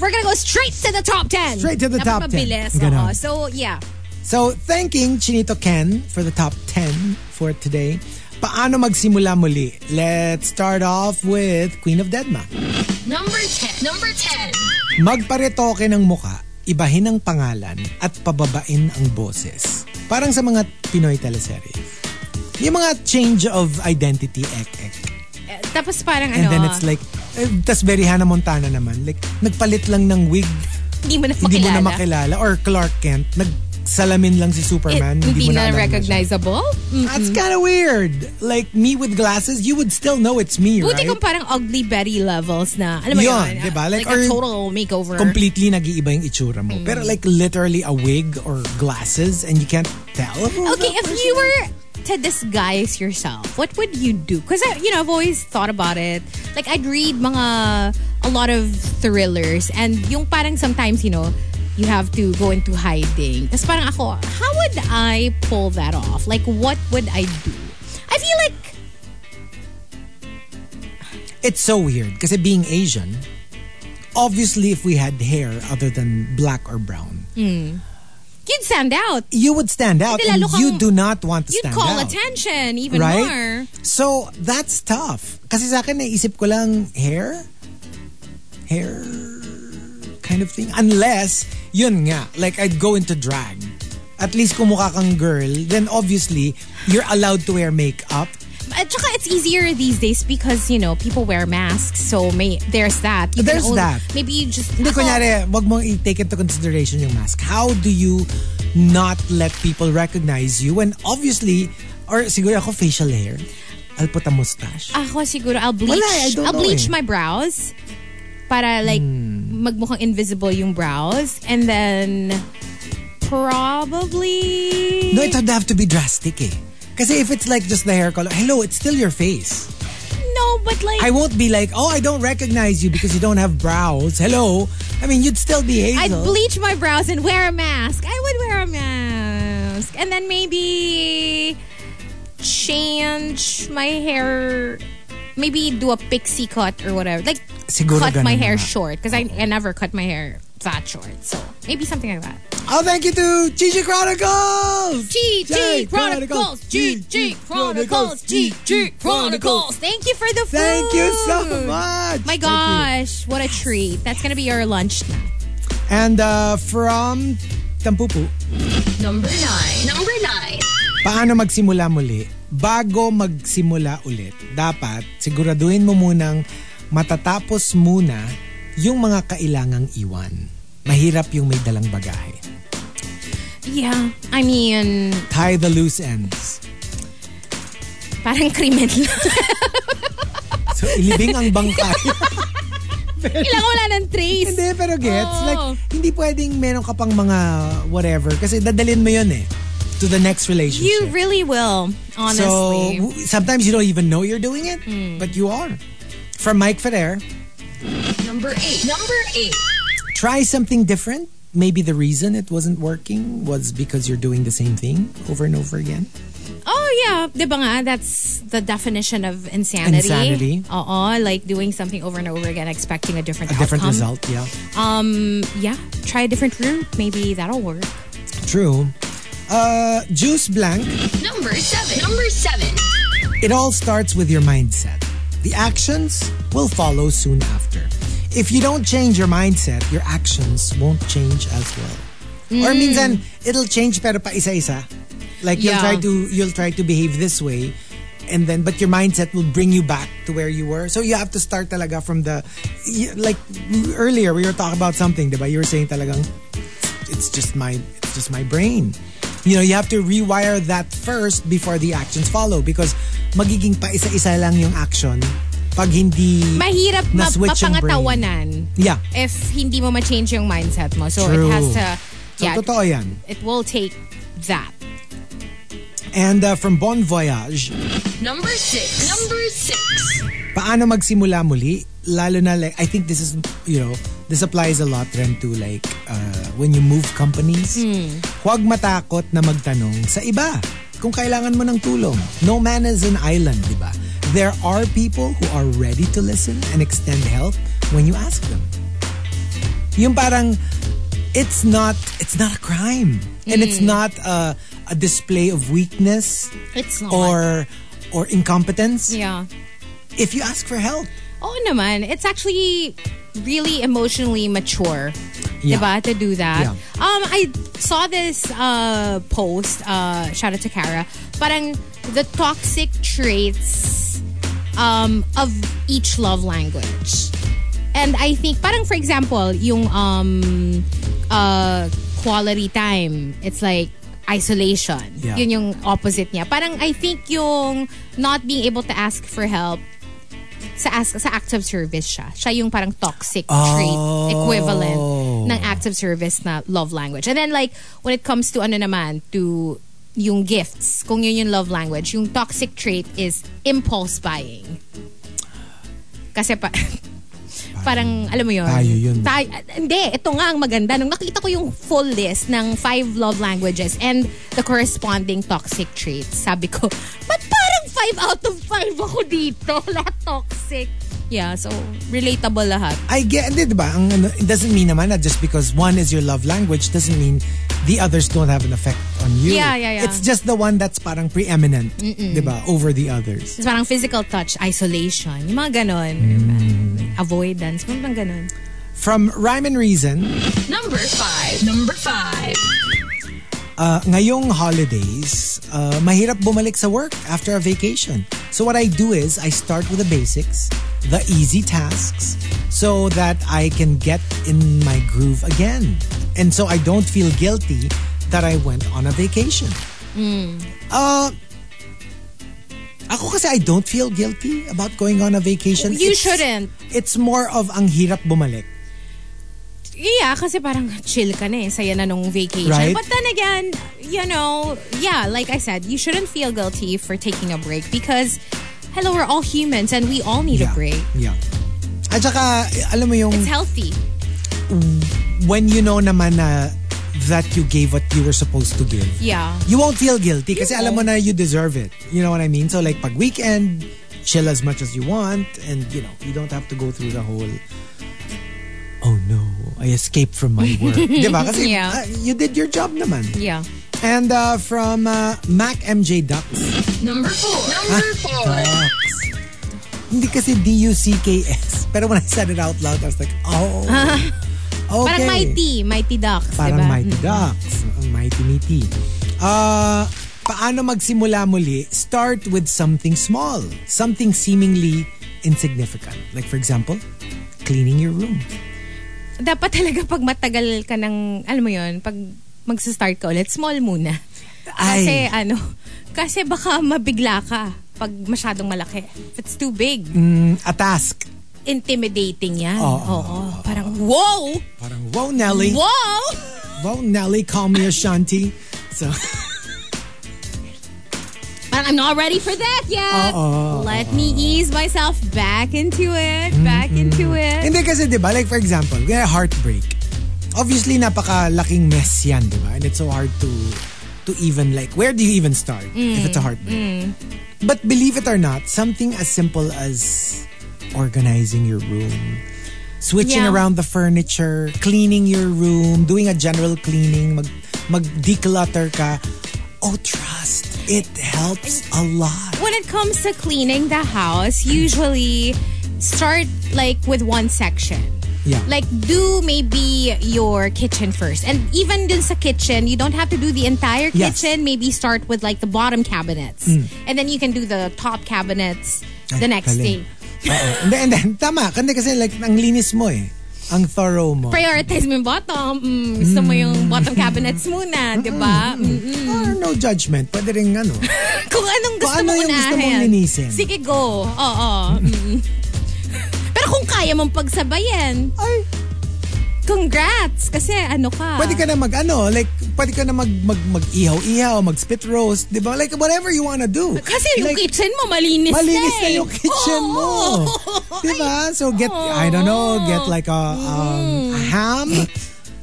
Speaker 5: we're going to go straight to the top 10.
Speaker 4: Straight to the
Speaker 5: Dapat
Speaker 4: top 10.
Speaker 5: mabilis, oo.
Speaker 4: Ganon.
Speaker 5: uh-huh. So, yeah.
Speaker 4: So, thanking Chinito Ken for the top 10 for today. Paano magsimula muli? Let's start off with Queen of Deadma.
Speaker 2: Number 10. Number 10.
Speaker 4: Magparetoke ng muka, ibahin ang pangalan at pababain ang boses. Parang sa mga Pinoy teleseries. Yung mga change of identity ek-ek.
Speaker 5: Eh, Tapos parang
Speaker 4: And
Speaker 5: ano,
Speaker 4: then it's like, eh, tas very Hannah Montana naman. Like, nagpalit lang ng wig,
Speaker 5: hindi mo na
Speaker 4: hindi mo na
Speaker 5: makilala.
Speaker 4: makilala. Or Clark Kent, nagsalamin lang si
Speaker 5: Eh,
Speaker 4: Superman.
Speaker 5: hindi
Speaker 4: mo
Speaker 5: na
Speaker 4: alam siya.
Speaker 5: recognizable? Mm.
Speaker 4: That's kind of weird. Like, me with glasses, you would still know it's me,
Speaker 5: Buti
Speaker 4: right?
Speaker 5: kung parang ugly Betty levels na. Alam mo
Speaker 4: Yun,
Speaker 5: yun,
Speaker 4: di ba? Like,
Speaker 5: Like, a
Speaker 4: or-
Speaker 5: total makeover.
Speaker 4: Completely nag-iiba yung itsura
Speaker 5: Mm.
Speaker 4: mo. Pero like, literally a wig or glasses and you can't tell. who
Speaker 5: Okay,
Speaker 4: the
Speaker 5: if
Speaker 4: person
Speaker 5: you
Speaker 4: is.
Speaker 5: were to disguise yourself, what would you do? Because, you know, I've always thought about it. Like, I'd read mga, a lot of thrillers and yung parang sometimes, you know, you have to go into hiding. Tapos parang ako, how would I pull that off? Like, what would I do? I feel like,
Speaker 4: It's so weird. Kasi being Asian, obviously if we had hair other than black or brown,
Speaker 5: you'd stand out.
Speaker 4: you would stand out
Speaker 5: Mm. Hindi,
Speaker 4: and
Speaker 5: lalo kang-
Speaker 4: you do not want to
Speaker 5: You'd
Speaker 4: stand
Speaker 5: call
Speaker 4: out.
Speaker 5: attention even
Speaker 4: right?
Speaker 5: more.
Speaker 4: So, that's tough. Kasi sa akin, naisip ko lang, hair? Hair kind of thing. Unless, yun nga, like I'd go into drag. At least kung mukha kang girl, then obviously, you're allowed to wear makeup.
Speaker 5: At saka Uh, it's easier these days because, you know, people wear masks. So may, there's that. You can
Speaker 4: There's
Speaker 5: only-
Speaker 4: that.
Speaker 5: Maybe you just...
Speaker 4: Hindi, kunyari, wag mong i-take into consideration yung mask. How do you not let people recognize you when obviously, or siguro ako facial hair, alputa mustache.
Speaker 5: Ako siguro, I'll bleach.
Speaker 4: Wala, I don't
Speaker 5: I'll
Speaker 4: know
Speaker 5: bleach
Speaker 4: eh. Hmm.
Speaker 5: my brows para like magmukhang invisible yung brows. And then probably...
Speaker 4: No, it would have to be drastic eh. Kasi if it's like just the hair color, hello, it's still your face.
Speaker 5: No, know, but like
Speaker 4: I won't be like, oh, I don't recognize you because you don't have brows. Hello. I mean, you'd still be
Speaker 5: I'd
Speaker 4: Hazel.
Speaker 5: bleach my brows and wear a mask. I would wear a mask. And then maybe change my hair. Maybe do a pixie cut or whatever. Like,
Speaker 4: Siguro
Speaker 5: cut
Speaker 4: ganun
Speaker 5: my hair
Speaker 4: nga.
Speaker 5: short. Because I, I never cut my hair that short. So, maybe something like that.
Speaker 4: Oh, thank you to Gigi Chronicles.
Speaker 5: GG Chronicles! GG Chronicles! GG Chronicles! Thank you for the food!
Speaker 4: Thank you so much.
Speaker 5: My gosh, what a treat. That's going to be your lunch now.
Speaker 4: And uh, from Tampupu,
Speaker 2: Number nine. Number nine.
Speaker 4: paano magsimula muli? Bago magsimula ulit, dapat siguraduhin mo munang matatapos muna yung mga kailangang iwan. Mahirap yung may dalang bagahe.
Speaker 5: Yeah. I mean,
Speaker 4: Tie the loose ends.
Speaker 5: parang krimen lang.
Speaker 4: So, ilibing ang bangkay.
Speaker 5: Ilang wala ng trace.
Speaker 4: hindi, pero gets.
Speaker 5: Oo.
Speaker 4: Like, hindi pwedeng meron ka pang mga whatever. Kasi dadalin mo yun eh. To the next relationship.
Speaker 5: You really will, honestly. Hmm.
Speaker 4: So w- sometimes you don't even know you're doing it, but you are. From Mike Ferrer,
Speaker 2: Number eight. Number eight.
Speaker 4: try something different. Maybe the reason it wasn't working was because you're doing the same thing over and over again.
Speaker 5: oh yeah, di ba nga? That's the definition of insanity.
Speaker 4: Insanity.
Speaker 5: Oo, like doing something over and over again, expecting a different
Speaker 4: A different
Speaker 5: outcome.
Speaker 4: result, yeah.
Speaker 5: Um, yeah, try a different route. Maybe that'll work.
Speaker 4: True. Uh, Juice Blank,
Speaker 2: Number seven. Number seven.
Speaker 4: it all starts with your mindset. The actions will follow soon after. If you don't change your mindset, your actions won't change as well. Or minsan, it'll change pero pa isa-isa. Like you'll
Speaker 5: Yeah.
Speaker 4: try to you'll try to behave this way and then but your mindset will bring you back to where you were. So you have to start talaga from the y- like earlier we were talking about something, diba? You were saying talagang it's just my it's just my brain. You know, you have to rewire that first before the actions follow because magiging pa isa-isa lang yung action pag hindi
Speaker 5: Mahirap ma-
Speaker 4: na-switch yung brain.
Speaker 5: mapangatawanan
Speaker 4: Yeah.
Speaker 5: if hindi mo ma-change yung mindset mo. So
Speaker 4: True.
Speaker 5: it has to,
Speaker 4: So
Speaker 5: yeah,
Speaker 4: totoo yan.
Speaker 5: it will take that.
Speaker 4: And uh, from Bon Voyage,
Speaker 2: Number six. Number six.
Speaker 4: paano magsimula muli? Lalo na like, I think this is, you know, this applies a lot rin to like, uh, when you move companies,
Speaker 5: Hmm.
Speaker 4: huwag matakot na magtanong sa iba kung kailangan mo ng tulong. No man is an island, di ba? There are people who are ready to listen and extend help when you ask them. Yung parang, it's not, it's not a crime. And it's
Speaker 5: Hmm.
Speaker 4: not a, a display of weakness
Speaker 5: It's not.
Speaker 4: or or incompetence
Speaker 5: yeah.
Speaker 4: if you ask for help.
Speaker 5: Oo naman. It's actually really emotionally mature.
Speaker 4: Yeah.
Speaker 5: Diba? To do that.
Speaker 4: Yeah.
Speaker 5: Um, I saw this uh, post, uh, shout out to Kara, parang the toxic traits um, of each love language. And I think, parang for example, yung um, uh, quality time, it's like isolation.
Speaker 4: Yeah.
Speaker 5: Yun yung opposite niya. Parang I think yung not being able to ask for help sa ask, sa act of service siya. Siya yung parang toxic trait equivalent ng act of service na love language. And then like when it comes to ano naman to yung gifts, kung yun yung love language, yung toxic trait is impulse buying. Kasi pa parang alam mo yun.
Speaker 4: Tayo yun.
Speaker 5: Tay- hindi, ito nga ang maganda nung nakita ko yung full list ng five love languages and the corresponding toxic traits. Sabi ko, "Ba't parang five out of five ako dito? Lahat toxic." Yeah, so relatable lahat.
Speaker 4: I get, hindi, diba? Ang, ano, it doesn't mean naman na just because one is your love language doesn't mean the others don't have an effect on you.
Speaker 5: Yeah, yeah, yeah.
Speaker 4: It's just the one that's parang preeminent, diba? Over the others.
Speaker 5: It's parang physical touch, isolation, yung mga ganon.
Speaker 4: Mm.
Speaker 5: Avoidance, mga mga ganon.
Speaker 4: From Rhyme and Reason,
Speaker 2: Number five. Number five.
Speaker 4: uh, ngayong holidays, uh, mahirap bumalik sa work after a vacation. So what I do is I start with the basics, the easy tasks, so that I can get in my groove again. And so I don't feel guilty that I went on a vacation.
Speaker 5: Hmm.
Speaker 4: Uh, ako kasi I don't feel guilty about going on a vacation.
Speaker 5: You
Speaker 4: It's-
Speaker 5: shouldn't.
Speaker 4: It's more of ang hirap bumalik.
Speaker 5: Yeah, kasi parang chill ka na eh. Saya na nung vacation.
Speaker 4: Right?
Speaker 5: But then again, you know, yeah, like I said, you shouldn't feel guilty for taking a break because hello, we're all humans and we all need a break.
Speaker 4: Yeah. At saka, alam mo yung
Speaker 5: It's healthy.
Speaker 4: when you know naman na that you gave what you were supposed to give,
Speaker 5: Yeah.
Speaker 4: you won't feel guilty kasi
Speaker 5: You
Speaker 4: alam mo na you deserve it. You know what I mean? So like pag weekend, chill as much as you want and you know, you don't have to go through the whole oh no, I escaped from my work. diba? Kasi
Speaker 5: Yeah.
Speaker 4: uh, you did your job naman.
Speaker 5: Yeah.
Speaker 4: And uh, from uh, Mac MJ Ducks.
Speaker 2: Number four. Number four.
Speaker 4: Hindi kasi D-U-C-K-S. Pero when I said it out loud, I was like, oh. okay.
Speaker 5: Parang mighty. Mighty ducks,
Speaker 4: Parang
Speaker 5: diba?
Speaker 4: Mighty Ducks. Ang Mighty Meaty. Uh, paano magsimula muli? Start with something small. Something seemingly insignificant. Like for example, cleaning your room.
Speaker 5: Dapat talaga pag matagal ka ng, alam mo yon pag magsa-start ka ulit, small muna. Kasi ano, kasi baka mabigla ka pag masyadong malaki. If it's too big,
Speaker 4: Mm, a task.
Speaker 5: intimidating yan. Oo. Parang, wow!
Speaker 4: Parang, whoa Nelly.
Speaker 5: Wow!
Speaker 4: Whoa Nelly, call me Ashanti. So,
Speaker 5: Parang, I'm not ready for that yet. Let me ease myself back into it.
Speaker 4: Mm-hmm.
Speaker 5: Back into it.
Speaker 4: hindi kasi di ba, like for example, kaya heartbreak. Obviously, napakalaking mess yan, di ba? And it's so hard to to even like, where do you even start if it's a heartbreak? But believe it or not, something as simple as organizing your room, switching
Speaker 5: Yeah.
Speaker 4: around the furniture, cleaning your room, doing a general cleaning, mag, mag declutter ka. Oh, trust, it helps a lot.
Speaker 5: When it comes to cleaning the house, usually start like with one section.
Speaker 4: Yeah.
Speaker 5: Like do maybe your kitchen first. And even dun sa kitchen, you don't have to do the entire
Speaker 4: Yes. Mm.
Speaker 5: kitchen. Maybe start with like the bottom cabinets. And then you can do the top cabinets the
Speaker 4: Ay,
Speaker 5: next
Speaker 4: galing.
Speaker 5: day.
Speaker 4: Oo. And then, and then, tama. Kasi kasi like, ang linis mo eh. Ang thorough mo.
Speaker 5: prioritize mo yung bottom. Mm, gusto mo yung bottom cabinets muna, di ba? Mm-mm.
Speaker 4: Ah, no judgment. Pwede rin ano.
Speaker 5: Kung anong gusto
Speaker 4: Kung
Speaker 5: mo
Speaker 4: ano yung gusto mong
Speaker 5: unahin.
Speaker 4: linisin.
Speaker 5: Sige, go. Oo. Mm-mm. Pero kung kaya mong pagsabayan,
Speaker 4: Ay,
Speaker 5: congrats! Kasi ano ka.
Speaker 4: pwede ka na mag ano, like, pwede ka na mag, mag, mag ihaw-ihaw, mag spit roast, di ba? Like, whatever you wanna do.
Speaker 5: Kasi yung
Speaker 4: Like,
Speaker 5: kitchen mo malinis,
Speaker 4: Malinis
Speaker 5: eh.
Speaker 4: na yung kitchen
Speaker 5: Oo.
Speaker 4: mo. Di ba? So get, I don't know, get like a,
Speaker 5: Mm.
Speaker 4: um, a ham.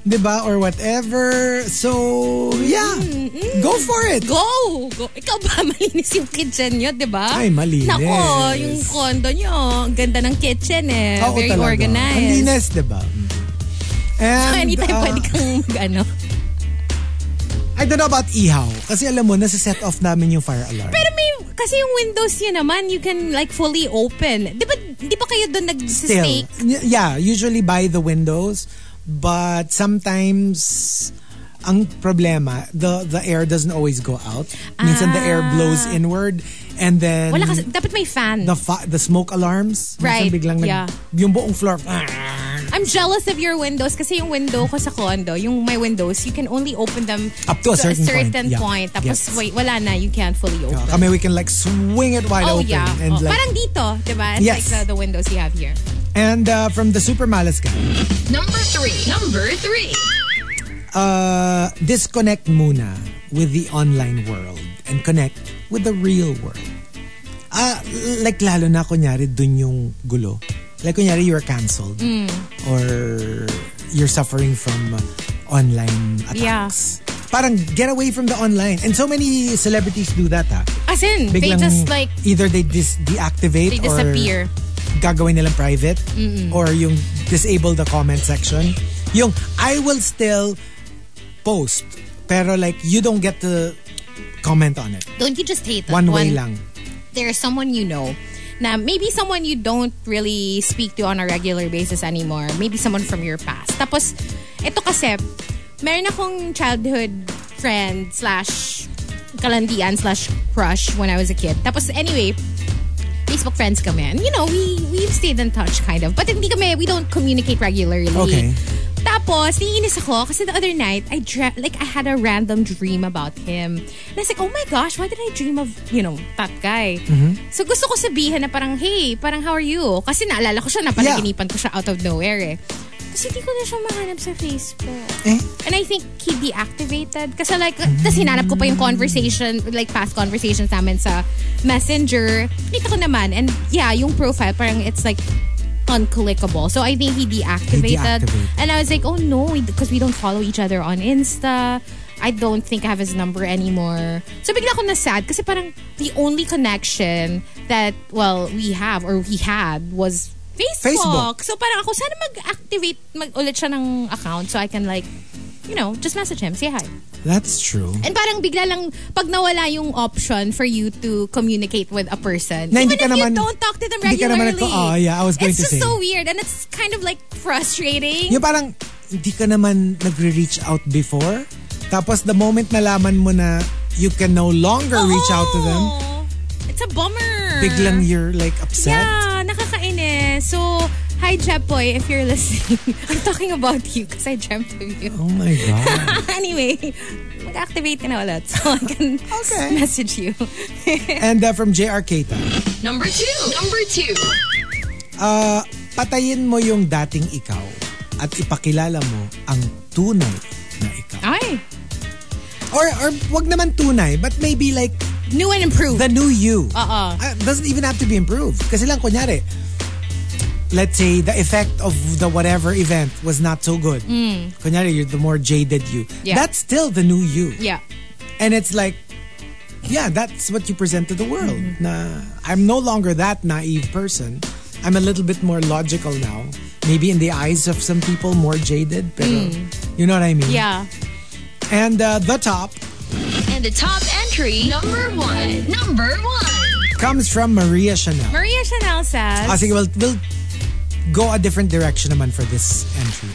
Speaker 4: Di ba? Or whatever. So, yeah. Go for it.
Speaker 5: Go! Go! Ikaw ba malinis yung kitchen nyo, di ba?
Speaker 4: Ay, malinis.
Speaker 5: Nako, yung condo nyo. Ang ganda ng kitchen eh.
Speaker 4: Oo,
Speaker 5: Very
Speaker 4: talaga.
Speaker 5: organized.
Speaker 4: Ang linis, di ba? Mm. And,
Speaker 5: Anytime
Speaker 4: uh,
Speaker 5: pwede kang ano, mag-ano.
Speaker 4: I don't know about ihaw. Kasi alam mo, nasa-set off namin yung fire alarm.
Speaker 5: Pero may, kasi yung windows yun naman, you can like fully open. Di ba, di ba kayo doon nag-stay?
Speaker 4: Y- Yeah, usually by the windows, but sometimes ang problema, the the air doesn't always go out. Minsan the air blows inward and then
Speaker 5: Ah. Wala kasi, dapat may fan.
Speaker 4: the fa- the smoke alarms, minsan
Speaker 5: Right,
Speaker 4: biglang
Speaker 5: yeah.
Speaker 4: nag, yung buong floor. ah,
Speaker 5: I'm jealous of your windows kasi yung window ko sa condo, yung my windows, you can only open them
Speaker 4: Up to a certain point, yeah.
Speaker 5: point. Tapos
Speaker 4: Yes.
Speaker 5: wait, wala na, you can't fully open.
Speaker 4: Kami we can like swing it wide
Speaker 5: Oh
Speaker 4: open
Speaker 5: yeah. Oh,
Speaker 4: and like
Speaker 5: Parang dito, di ba? It's
Speaker 4: Yes.
Speaker 5: like the, the windows you have here.
Speaker 4: and uh, from the super malas guy.
Speaker 2: Number three. Number three.
Speaker 4: uh, disconnect muna with the online world and connect with the real world. Ah, like lalo na kunyari dun yung gulo. Like kunyari you are cancelled or you're suffering from uh, online attacks. Parang get away from the online. And so many celebrities do that ah. ha.
Speaker 5: As in, they
Speaker 4: Biglang
Speaker 5: just like,
Speaker 4: either they dis- deactivate
Speaker 5: they
Speaker 4: or
Speaker 5: disappear.
Speaker 4: gagawin nilang private or yung disable the comment section. Yung I will still post pero like you don't get to comment on it.
Speaker 5: Don't you just hate that
Speaker 4: One, way lang.
Speaker 5: there's someone you know now maybe someone you don't really speak to on a regular basis anymore maybe someone from your past tapos ito kasi meron akong childhood friend slash kalandian slash crush when I was a kid tapos anyway Facebook friends kami and you know we we've stayed in touch kind of but hindi kami we don't communicate regularly
Speaker 4: Okay.
Speaker 5: tapos, naiinis ako kasi the other night, I dre- like I had a random dream about him. And I was like, oh my gosh, why did I dream of, you know, that guy?
Speaker 4: Mm-hmm.
Speaker 5: So gusto ko sabihin na parang, hey, parang how are you? Kasi naalala ko siya, napanaginipan ko siya out of nowhere eh. Kasi di ko na siya mahanap sa Facebook.
Speaker 4: Eh?
Speaker 5: And I think he deactivated. Kasi like, tas hinanap ko pa yung conversation, like past conversations namin sa messenger. Nakita ko naman. And yeah, yung profile, parang it's like, unclickable. So I think he deactivated.
Speaker 4: He deactivated.
Speaker 5: And I was like, oh no, because we don't follow each other on Insta. I don't think I have his number anymore. So bigla ako na-sad kasi parang the only connection that, well, we have or he had was
Speaker 4: Facebook.
Speaker 5: Facebook. So parang ako, sana mag-activate mag ulit siya ng account so I can like, you know, just message him, say hi.
Speaker 4: That's true.
Speaker 5: And parang bigla lang, pag nawala yung option for you to communicate with a person,
Speaker 4: Na
Speaker 5: even
Speaker 4: hindi
Speaker 5: if
Speaker 4: ka naman-
Speaker 5: you don't talk to them
Speaker 4: hindi ka naman
Speaker 5: regularly.
Speaker 4: nagko- oh, yeah, I was going
Speaker 5: it's
Speaker 4: to
Speaker 5: just
Speaker 4: say.
Speaker 5: so weird and it's kind of like frustrating.
Speaker 4: Yung parang, hindi ka naman nagre-reach out before. Tapos the moment nalaman mo na you can no longer reach out to them,
Speaker 5: Oo. Oh, It's a bummer.
Speaker 4: biglang you're like upset.
Speaker 5: Yeah, nakakainis. So, hi, Jepoy, if you're listening. I'm talking about you because I dreamt of you.
Speaker 4: Oh my God.
Speaker 5: anyway, mag-activate ka na ulit so I can
Speaker 4: Okay.
Speaker 5: message you.
Speaker 4: and uh, from JR Keita,
Speaker 2: Number two. Number two.
Speaker 4: uh, patayin mo yung dating ikaw at ipakilala mo ang tunay na ikaw.
Speaker 5: Ay,
Speaker 4: Or, or wag naman tunay, but maybe like
Speaker 5: new and improved.
Speaker 4: the new you.
Speaker 5: Oo.
Speaker 4: Uh, doesn't even have to be improved. Kasi lang, kunyari, let's say the effect of the whatever event was not so good. Kunyari, you're the more jaded you.
Speaker 5: Mm. Yeah.
Speaker 4: That's still the new you.
Speaker 5: yeah.
Speaker 4: And it's like, yeah, that's what you present to the world. Na, I'm no longer that naive person. I'm a little bit more logical now. Maybe in the eyes of some people, more jaded. Pero, You know what I mean?
Speaker 5: Yeah.
Speaker 4: And uh, the top
Speaker 2: And the top entry. Number one. Number one.
Speaker 4: comes from Maria Chanel.
Speaker 5: Maria Chanel says,
Speaker 4: Ah, sige, we'll, we'll go a different direction naman for this entry.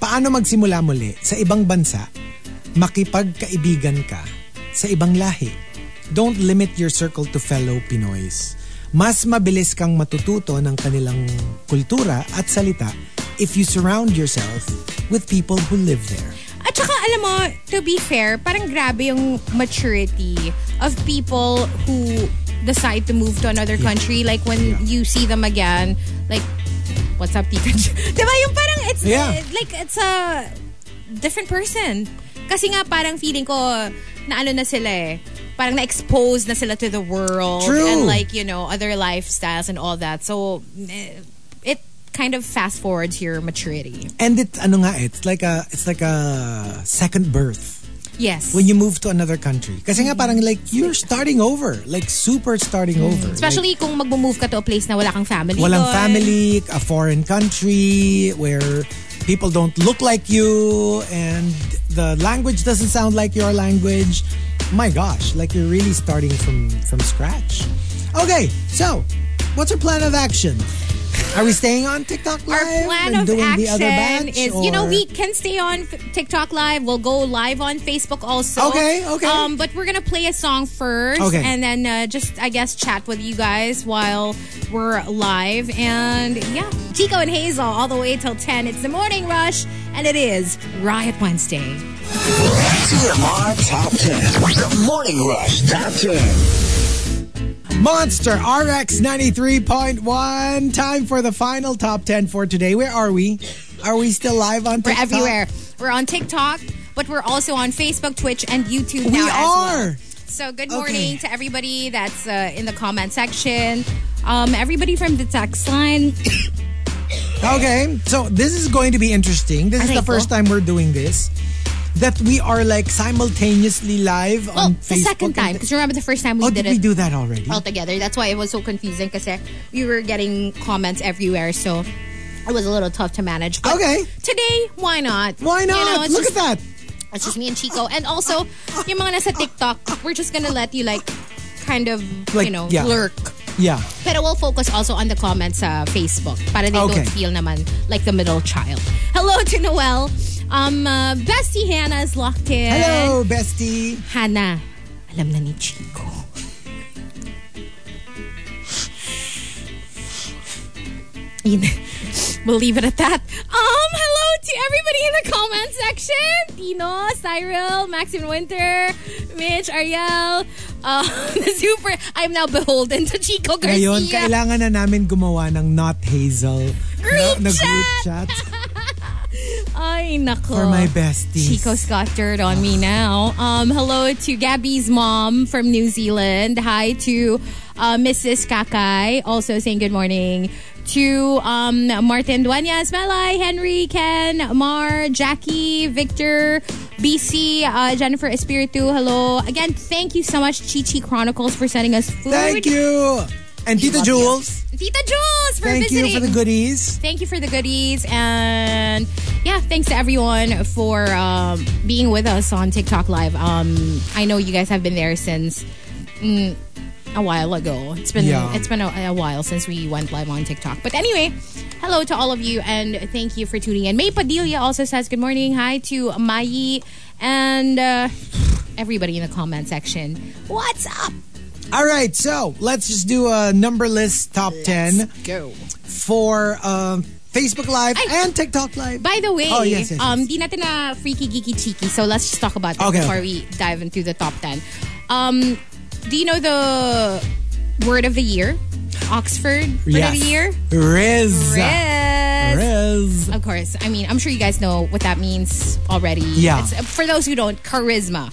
Speaker 4: Paano magsimula muli sa ibang bansa, makipagkaibigan ka sa ibang lahi? Don't limit your circle to fellow Pinoys. Mas mabilis kang matututo ng kanilang kultura at salita if you surround yourself with people who live there.
Speaker 5: At saka, alam mo, to be fair, parang grabe yung maturity of people who decide to move to another country. Like, when you see them again, like, what's up, Tita? Jo?" diba yung parang, it's
Speaker 4: Yeah.
Speaker 5: like, it's a different person. Kasi nga, parang feeling ko, na ano na sila eh. Parang na-expose na sila to the world.
Speaker 4: True.
Speaker 5: And like, you know, other lifestyles and all that. So, eh, it kind of fast forwards your maturity.
Speaker 4: And it ano nga eh, it's like a it's like a second birth.
Speaker 5: Yes.
Speaker 4: when you move to another country. Kasi nga parang like, you're starting over. Like, super starting over.
Speaker 5: Especially kung mag-move ka to a place na wala kang family.
Speaker 4: Like, walang
Speaker 5: doon.
Speaker 4: family, a foreign country, where people don't look like you, and the language doesn't sound like your language. My gosh, like you're really starting from, from scratch. Okay, so, what's our plan of action? Are we staying on TikTok
Speaker 5: Our
Speaker 4: Live?
Speaker 5: plan
Speaker 4: and
Speaker 5: of
Speaker 4: doing the other
Speaker 5: action
Speaker 4: batch,
Speaker 5: is, you know,
Speaker 4: or-
Speaker 5: we can stay on F- TikTok Live. We'll go live on Facebook also.
Speaker 4: Okay, okay.
Speaker 5: Um, but we're going to play a song first.
Speaker 4: Okay.
Speaker 5: And then uh, just, I guess, chat with you guys while we're live. And yeah, Chico and Hazel all the way till 10. It's the morning rush, and it is Riot Wednesday.
Speaker 3: TMR Top 10. The Morning Rush Top 10.
Speaker 4: Monster RX 93.1. Time for the final top 10 for today. Where are we? Are we still live on
Speaker 5: We're
Speaker 4: TikTok?
Speaker 5: everywhere. We're on TikTok, but we're also on Facebook, Twitch, and YouTube
Speaker 4: We
Speaker 5: now as well.
Speaker 4: are.
Speaker 5: So good
Speaker 4: Okay.
Speaker 5: morning to everybody that's uh, in the comment section. Um, everybody from the text line.
Speaker 4: Okay. So this is going to be interesting. This is
Speaker 5: Aray
Speaker 4: the first
Speaker 5: ko.
Speaker 4: time we're doing this. That we are like simultaneously live
Speaker 5: Well,
Speaker 4: on
Speaker 5: the
Speaker 4: Facebook.
Speaker 5: second
Speaker 4: and-
Speaker 5: time because remember the first time we
Speaker 4: Oh,
Speaker 5: did
Speaker 4: did
Speaker 5: it
Speaker 4: we do that already?
Speaker 5: all together. That's why it was so confusing because we were getting comments everywhere. So it was a little tough to manage. But
Speaker 4: Okay.
Speaker 5: Today, why not?
Speaker 4: Why
Speaker 5: You
Speaker 4: not?
Speaker 5: know, it's
Speaker 4: Look
Speaker 5: just-
Speaker 4: at that.
Speaker 5: It's just me and Chico. And also, yung mga nasa TikTok, we're just gonna let you like kind of,
Speaker 4: Like,
Speaker 5: you know,
Speaker 4: yeah.
Speaker 5: lurk.
Speaker 4: Yeah.
Speaker 5: Pero we'll focus also on the comments sa Facebook para they
Speaker 4: Okay.
Speaker 5: don't feel naman like the middle child. Hello to Noel. Um, uh, Bestie Hannah is locked in.
Speaker 4: Hello, bestie.
Speaker 5: Hannah, alam na ni Chico. Yun. We'll leave it at that. Um, hello to everybody in the comment section. Tino, Cyril, Maxim Winter, Mitch, Ariel, uh, the super, I'm now beholden to Chico Garcia.
Speaker 4: Ngayon, kailangan na namin gumawa ng not Hazel
Speaker 5: Group
Speaker 4: na, na group
Speaker 5: chat.
Speaker 4: chat.
Speaker 5: Ay, nako.
Speaker 4: For my besties.
Speaker 5: Chico's got dirt on me now. Um, hello to Gabby's mom from New Zealand. Hi to uh, Mrs. Kakai, also saying good morning. To um, Martin Duenas, Melai, Henry, Ken, Mar, Jackie, Victor, BC, uh, Jennifer Espiritu. Hello. Again, thank you so much, Chichi Chronicles, for sending us food.
Speaker 4: Thank you. And Tita Jules,
Speaker 5: Tita Jules for
Speaker 4: thank
Speaker 5: visiting.
Speaker 4: you for the goodies.
Speaker 5: Thank you for the goodies. And yeah, thanks to everyone for um, being with us on TikTok Live. Um, I know you guys have been there since. mm, a while ago. It's been
Speaker 4: Yeah.
Speaker 5: it's been a, a while since we went live on TikTok. But anyway, hello to all of you and thank you for tuning in. May Padilla also says good morning. Hi to Mayi and uh, everybody in the comment section. What's up?
Speaker 4: All right, so let's just do a numberless top 10
Speaker 5: Go.
Speaker 4: for um, Facebook Live
Speaker 5: Ay.
Speaker 4: and TikTok Live.
Speaker 5: By the way,
Speaker 4: Oh, yes, yes, yes.
Speaker 5: um, di natin na freaky, geeky, cheeky. So let's just talk about that
Speaker 4: Okay,
Speaker 5: before we dive into the top 10. Um, do you know the word of the year? Oxford word of the year?
Speaker 4: Riz.
Speaker 5: Riz.
Speaker 4: Riz.
Speaker 5: Of course. I mean, I'm sure you guys know what that means already.
Speaker 4: Yeah.
Speaker 5: It's, uh, for those who don't, charisma.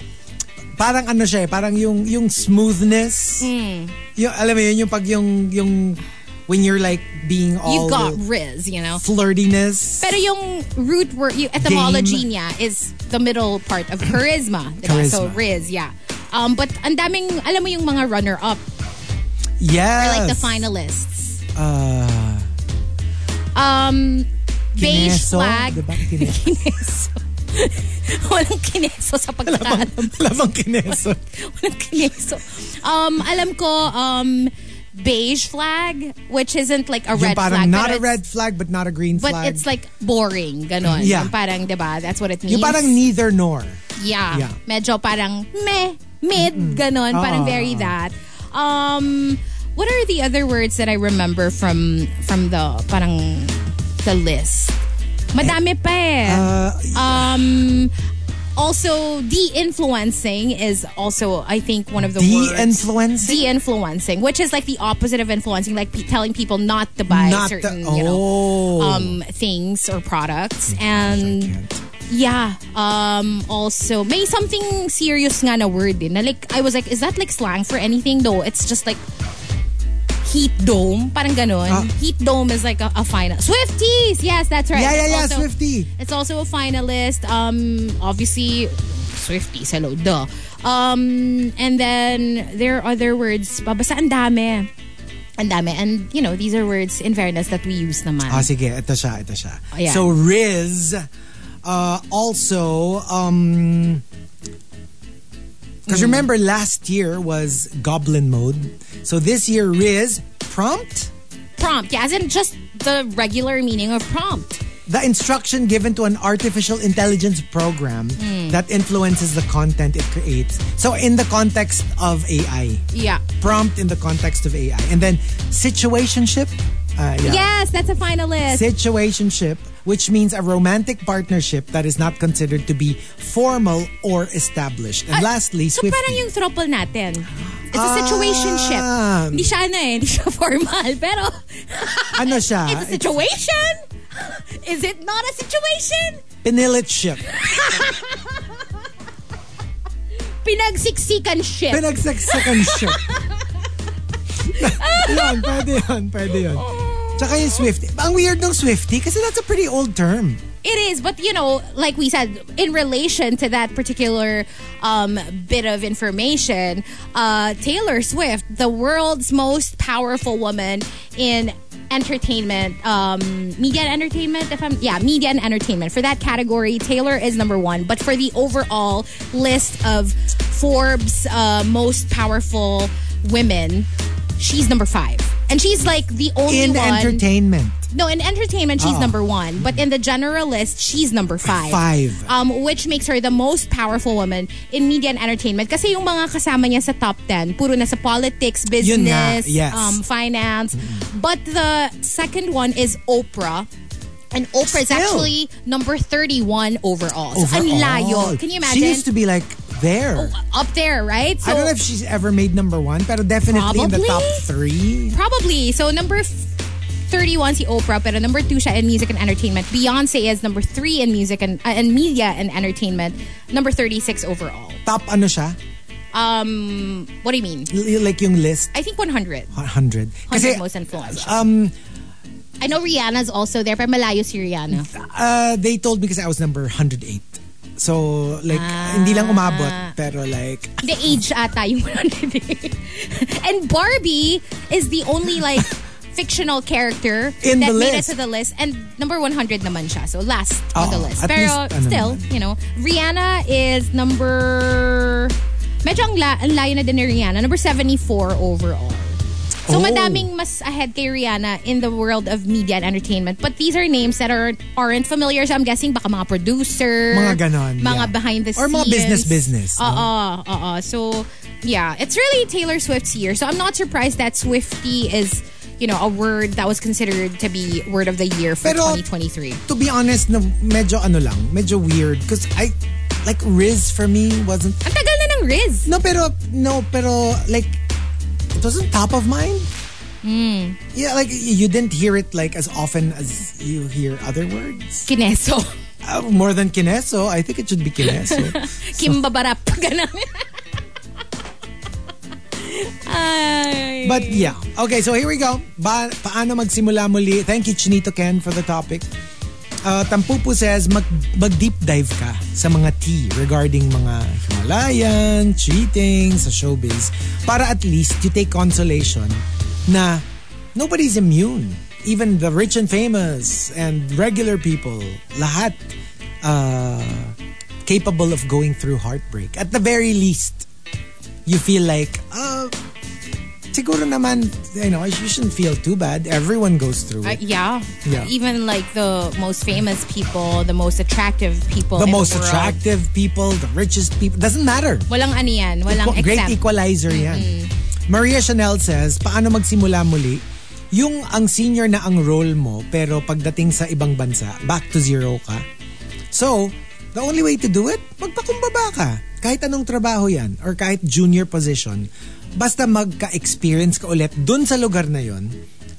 Speaker 4: Parang ano siya eh, parang yung, yung smoothness.
Speaker 5: Hmm.
Speaker 4: Yung, alam mo yun, yung pag yung, yung, when you're like being all
Speaker 5: You've got Riz, you know?
Speaker 4: flirtiness.
Speaker 5: Pero yung root word, yung etymology niya is the middle part of charisma. diba? So
Speaker 4: Charisma.
Speaker 5: Riz, yeah. Um, but ang daming, alam mo yung mga runner-up
Speaker 4: Yes.
Speaker 5: like the finalists.
Speaker 4: Uh,
Speaker 5: Um, beige
Speaker 4: kineso,
Speaker 5: flag.
Speaker 4: Diba?
Speaker 5: Kineso.
Speaker 4: Kineso.
Speaker 5: Walang kineso sa pagkakaalam.
Speaker 4: Labang kineso.
Speaker 5: Walang kineso. Um, alam ko, um, beige flag, which isn't like a
Speaker 4: Yung
Speaker 5: red
Speaker 4: parang
Speaker 5: flag.
Speaker 4: not
Speaker 5: pero
Speaker 4: a red
Speaker 5: it's-
Speaker 4: flag but not a green
Speaker 5: But
Speaker 4: flag.
Speaker 5: it's like boring, ganon.
Speaker 4: Yeah.
Speaker 5: Yung parang, diba, that's what it means.
Speaker 4: yung parang neither nor.
Speaker 5: Yeah.
Speaker 4: Yeah.
Speaker 5: Medyo parang meh, mid, ganon. Parang
Speaker 4: Ah.
Speaker 5: very that. Um, what are the other words that I remember from from the parang the list? Madami pa eh.
Speaker 4: uh,
Speaker 5: um, also, de-influencing is also, I think, one of the words.
Speaker 4: De-influencing?
Speaker 5: De-influencing, which is like the opposite of influencing, like pe- telling people not to buy
Speaker 4: Not to-
Speaker 5: certain, you know,
Speaker 4: Oh.
Speaker 5: um, things or products. And yeah. Um, also, may something serious nga na word din. Na like, I was like, is that like slang for anything? No, it's just like heat dome. Parang ganon.
Speaker 4: Ah.
Speaker 5: Heat dome is like a, a final. Swifties! Yes, that's right.
Speaker 4: Yeah, yeah, yeah,
Speaker 5: It's also-
Speaker 4: Swiftie.
Speaker 5: It's also a finalist. Um, obviously, Swifties. Hello, duh. Um, and then there are other words. Babasa, ang dami. Ang dami. And, you know, these are words, in fairness, that we use naman.
Speaker 4: Ah, sige, ito siya, ito siya.
Speaker 5: Ayan.
Speaker 4: So, Riz, uh, also, um,
Speaker 5: Hmm.
Speaker 4: because remember last year was Goblin Mode. So this year, Riz, prompt,
Speaker 5: prompt. Yeah, as in just the regular meaning of prompt.
Speaker 4: the instruction given to an artificial intelligence program
Speaker 5: Hmm.
Speaker 4: that influences the content it creates. So in the context of AI.
Speaker 5: Yeah.
Speaker 4: Prompt in the context of AI. And then situationship. Uh, yeah.
Speaker 5: Yes, that's a finalist.
Speaker 4: situationship, which means a romantic partnership that is not considered to be formal or established. And lastly,
Speaker 5: Uh, so
Speaker 4: Swiftie.
Speaker 5: parang yung throuple natin. It's a situationship.
Speaker 4: Ah.
Speaker 5: Hindi siya ano eh, hindi siya formal. Pero
Speaker 4: ano siya?
Speaker 5: it's a situation. Is it not a situation?
Speaker 4: Pinilitship.
Speaker 5: Pinagsiksikan ship.
Speaker 4: Pinagsaksakship. yun, pwede yun, pwede yun. Tsaka yung Swiftie. Ang weird ng Swiftie kasi that's a pretty old term.
Speaker 5: It is, but you know, like we said, in relation to that particular um, bit of information, uh, Taylor Swift, the world's most powerful woman in entertainment, um, media and entertainment, if I'm, yeah, media and entertainment. For that category, Taylor is number one, but for the overall list of Forbes uh, most powerful women, she's number five. And she's like the only
Speaker 4: In
Speaker 5: one.
Speaker 4: entertainment.
Speaker 5: No, in entertainment,
Speaker 4: Ah.
Speaker 5: she's number one. But in the general list, she's number five.
Speaker 4: Five.
Speaker 5: Um, which makes her the most powerful woman in media and entertainment. Kasi yung mga kasama niya sa top 10, puro na sa politics,
Speaker 4: Yun nga,
Speaker 5: business,
Speaker 4: yes. Mm-hmm.
Speaker 5: um, finance. But the second one is Oprah. And Oprah is
Speaker 4: Still.
Speaker 5: actually number 31 overall. So, ang layo.
Speaker 4: Overall.
Speaker 5: Can you
Speaker 4: She
Speaker 5: imagine? Oh,
Speaker 4: used to be like there.
Speaker 5: Up there, right?
Speaker 4: I don't know if she's ever made number one, pero definitely in the
Speaker 5: Probably?
Speaker 4: top three.
Speaker 5: Probably. So number f- 31 si Oprah, pero number 2 siya in music and entertainment. Beyonce is number 3 in music and, uh, in media and entertainment. Number 36 overall.
Speaker 4: Top ano siya?
Speaker 5: Um, what do you mean?
Speaker 4: L- like yung list?
Speaker 5: I think 100.
Speaker 4: 100.
Speaker 5: 100 most influential.
Speaker 4: um,
Speaker 5: I know Rihanna's also there, pero malayo si Rihanna.
Speaker 4: uh, they told me kasi I was number 108. So, like,
Speaker 5: Ah.
Speaker 4: hindi lang umabot. Pero like,
Speaker 5: The age ata yung 100. and Barbie is the only like fictional character
Speaker 4: In
Speaker 5: that
Speaker 4: the
Speaker 5: made
Speaker 4: list.
Speaker 5: it to the list. And number 100 naman siya. So last on
Speaker 4: Oo,
Speaker 5: the list.
Speaker 4: at
Speaker 5: Pero
Speaker 4: least, ano
Speaker 5: still,
Speaker 4: naman.
Speaker 5: you know, Rihanna is number... Medyo ang, la- ang layo na din ni Rihanna. Number 74 overall. So
Speaker 4: Oh.
Speaker 5: madaming mas ahead kay Rihanna in the world of media and entertainment. But these are names that are, aren't familiar. So I'm guessing baka mga producer.
Speaker 4: Mga ganon,
Speaker 5: Mga
Speaker 4: yeah.
Speaker 5: behind the
Speaker 4: Or
Speaker 5: scenes.
Speaker 4: mga business-business, no?
Speaker 5: Oo. Uh, uh, so, yeah, it's really Taylor Swift's year. So, I'm not surprised that Swifty is, you know, a word that was considered to be word of the year for
Speaker 4: Pero-
Speaker 5: 2023.
Speaker 4: to be honest, na medyo ano lang, medyo weird. Because I, like, Riz for me wasn't,
Speaker 5: Ang tagal na ng Riz.
Speaker 4: no, pero, no, pero, like, it wasn't top of mind.
Speaker 5: Hmm.
Speaker 4: Yeah, like, y- you didn't hear it, like, as often as you hear other words.
Speaker 5: Kineso.
Speaker 4: Uh, more than Kineso, I think it should be Kineso.
Speaker 5: Kimbabarap. Ganun. Ay.
Speaker 4: But yeah. Okay, so here we go. Ba paano magsimula muli? Thank you, Chinito Ken, for the topic. Uh, Tampupo says, mag, mag-deep dive ka sa mga tea regarding mga Himalayan, cheating, sa showbiz. Para at least you take consolation na nobody's immune. Even the rich and famous and regular people, lahat uh, capable of going through heartbreak. At the very least, you feel like, uh, siguro naman, you know, you shouldn't feel too bad. Everyone goes through
Speaker 5: Uh,
Speaker 4: it.
Speaker 5: yeah.
Speaker 4: Yeah.
Speaker 5: Even like the most famous people, the most attractive people.
Speaker 4: the
Speaker 5: in
Speaker 4: most
Speaker 5: world.
Speaker 4: attractive people, the richest people, doesn't matter.
Speaker 5: Walang ano yan. Walang
Speaker 4: Equa- Great
Speaker 5: exempt.
Speaker 4: equalizer yan. Maria Chanel says, paano magsimula muli? Yung ang senior na ang role mo, pero pagdating sa ibang bansa, back to zero ka. So, the only way to do it, magpakumbaba ka. Kahit anong trabaho yan, or kahit junior position, basta magka-experience ka ulit dun sa lugar na yon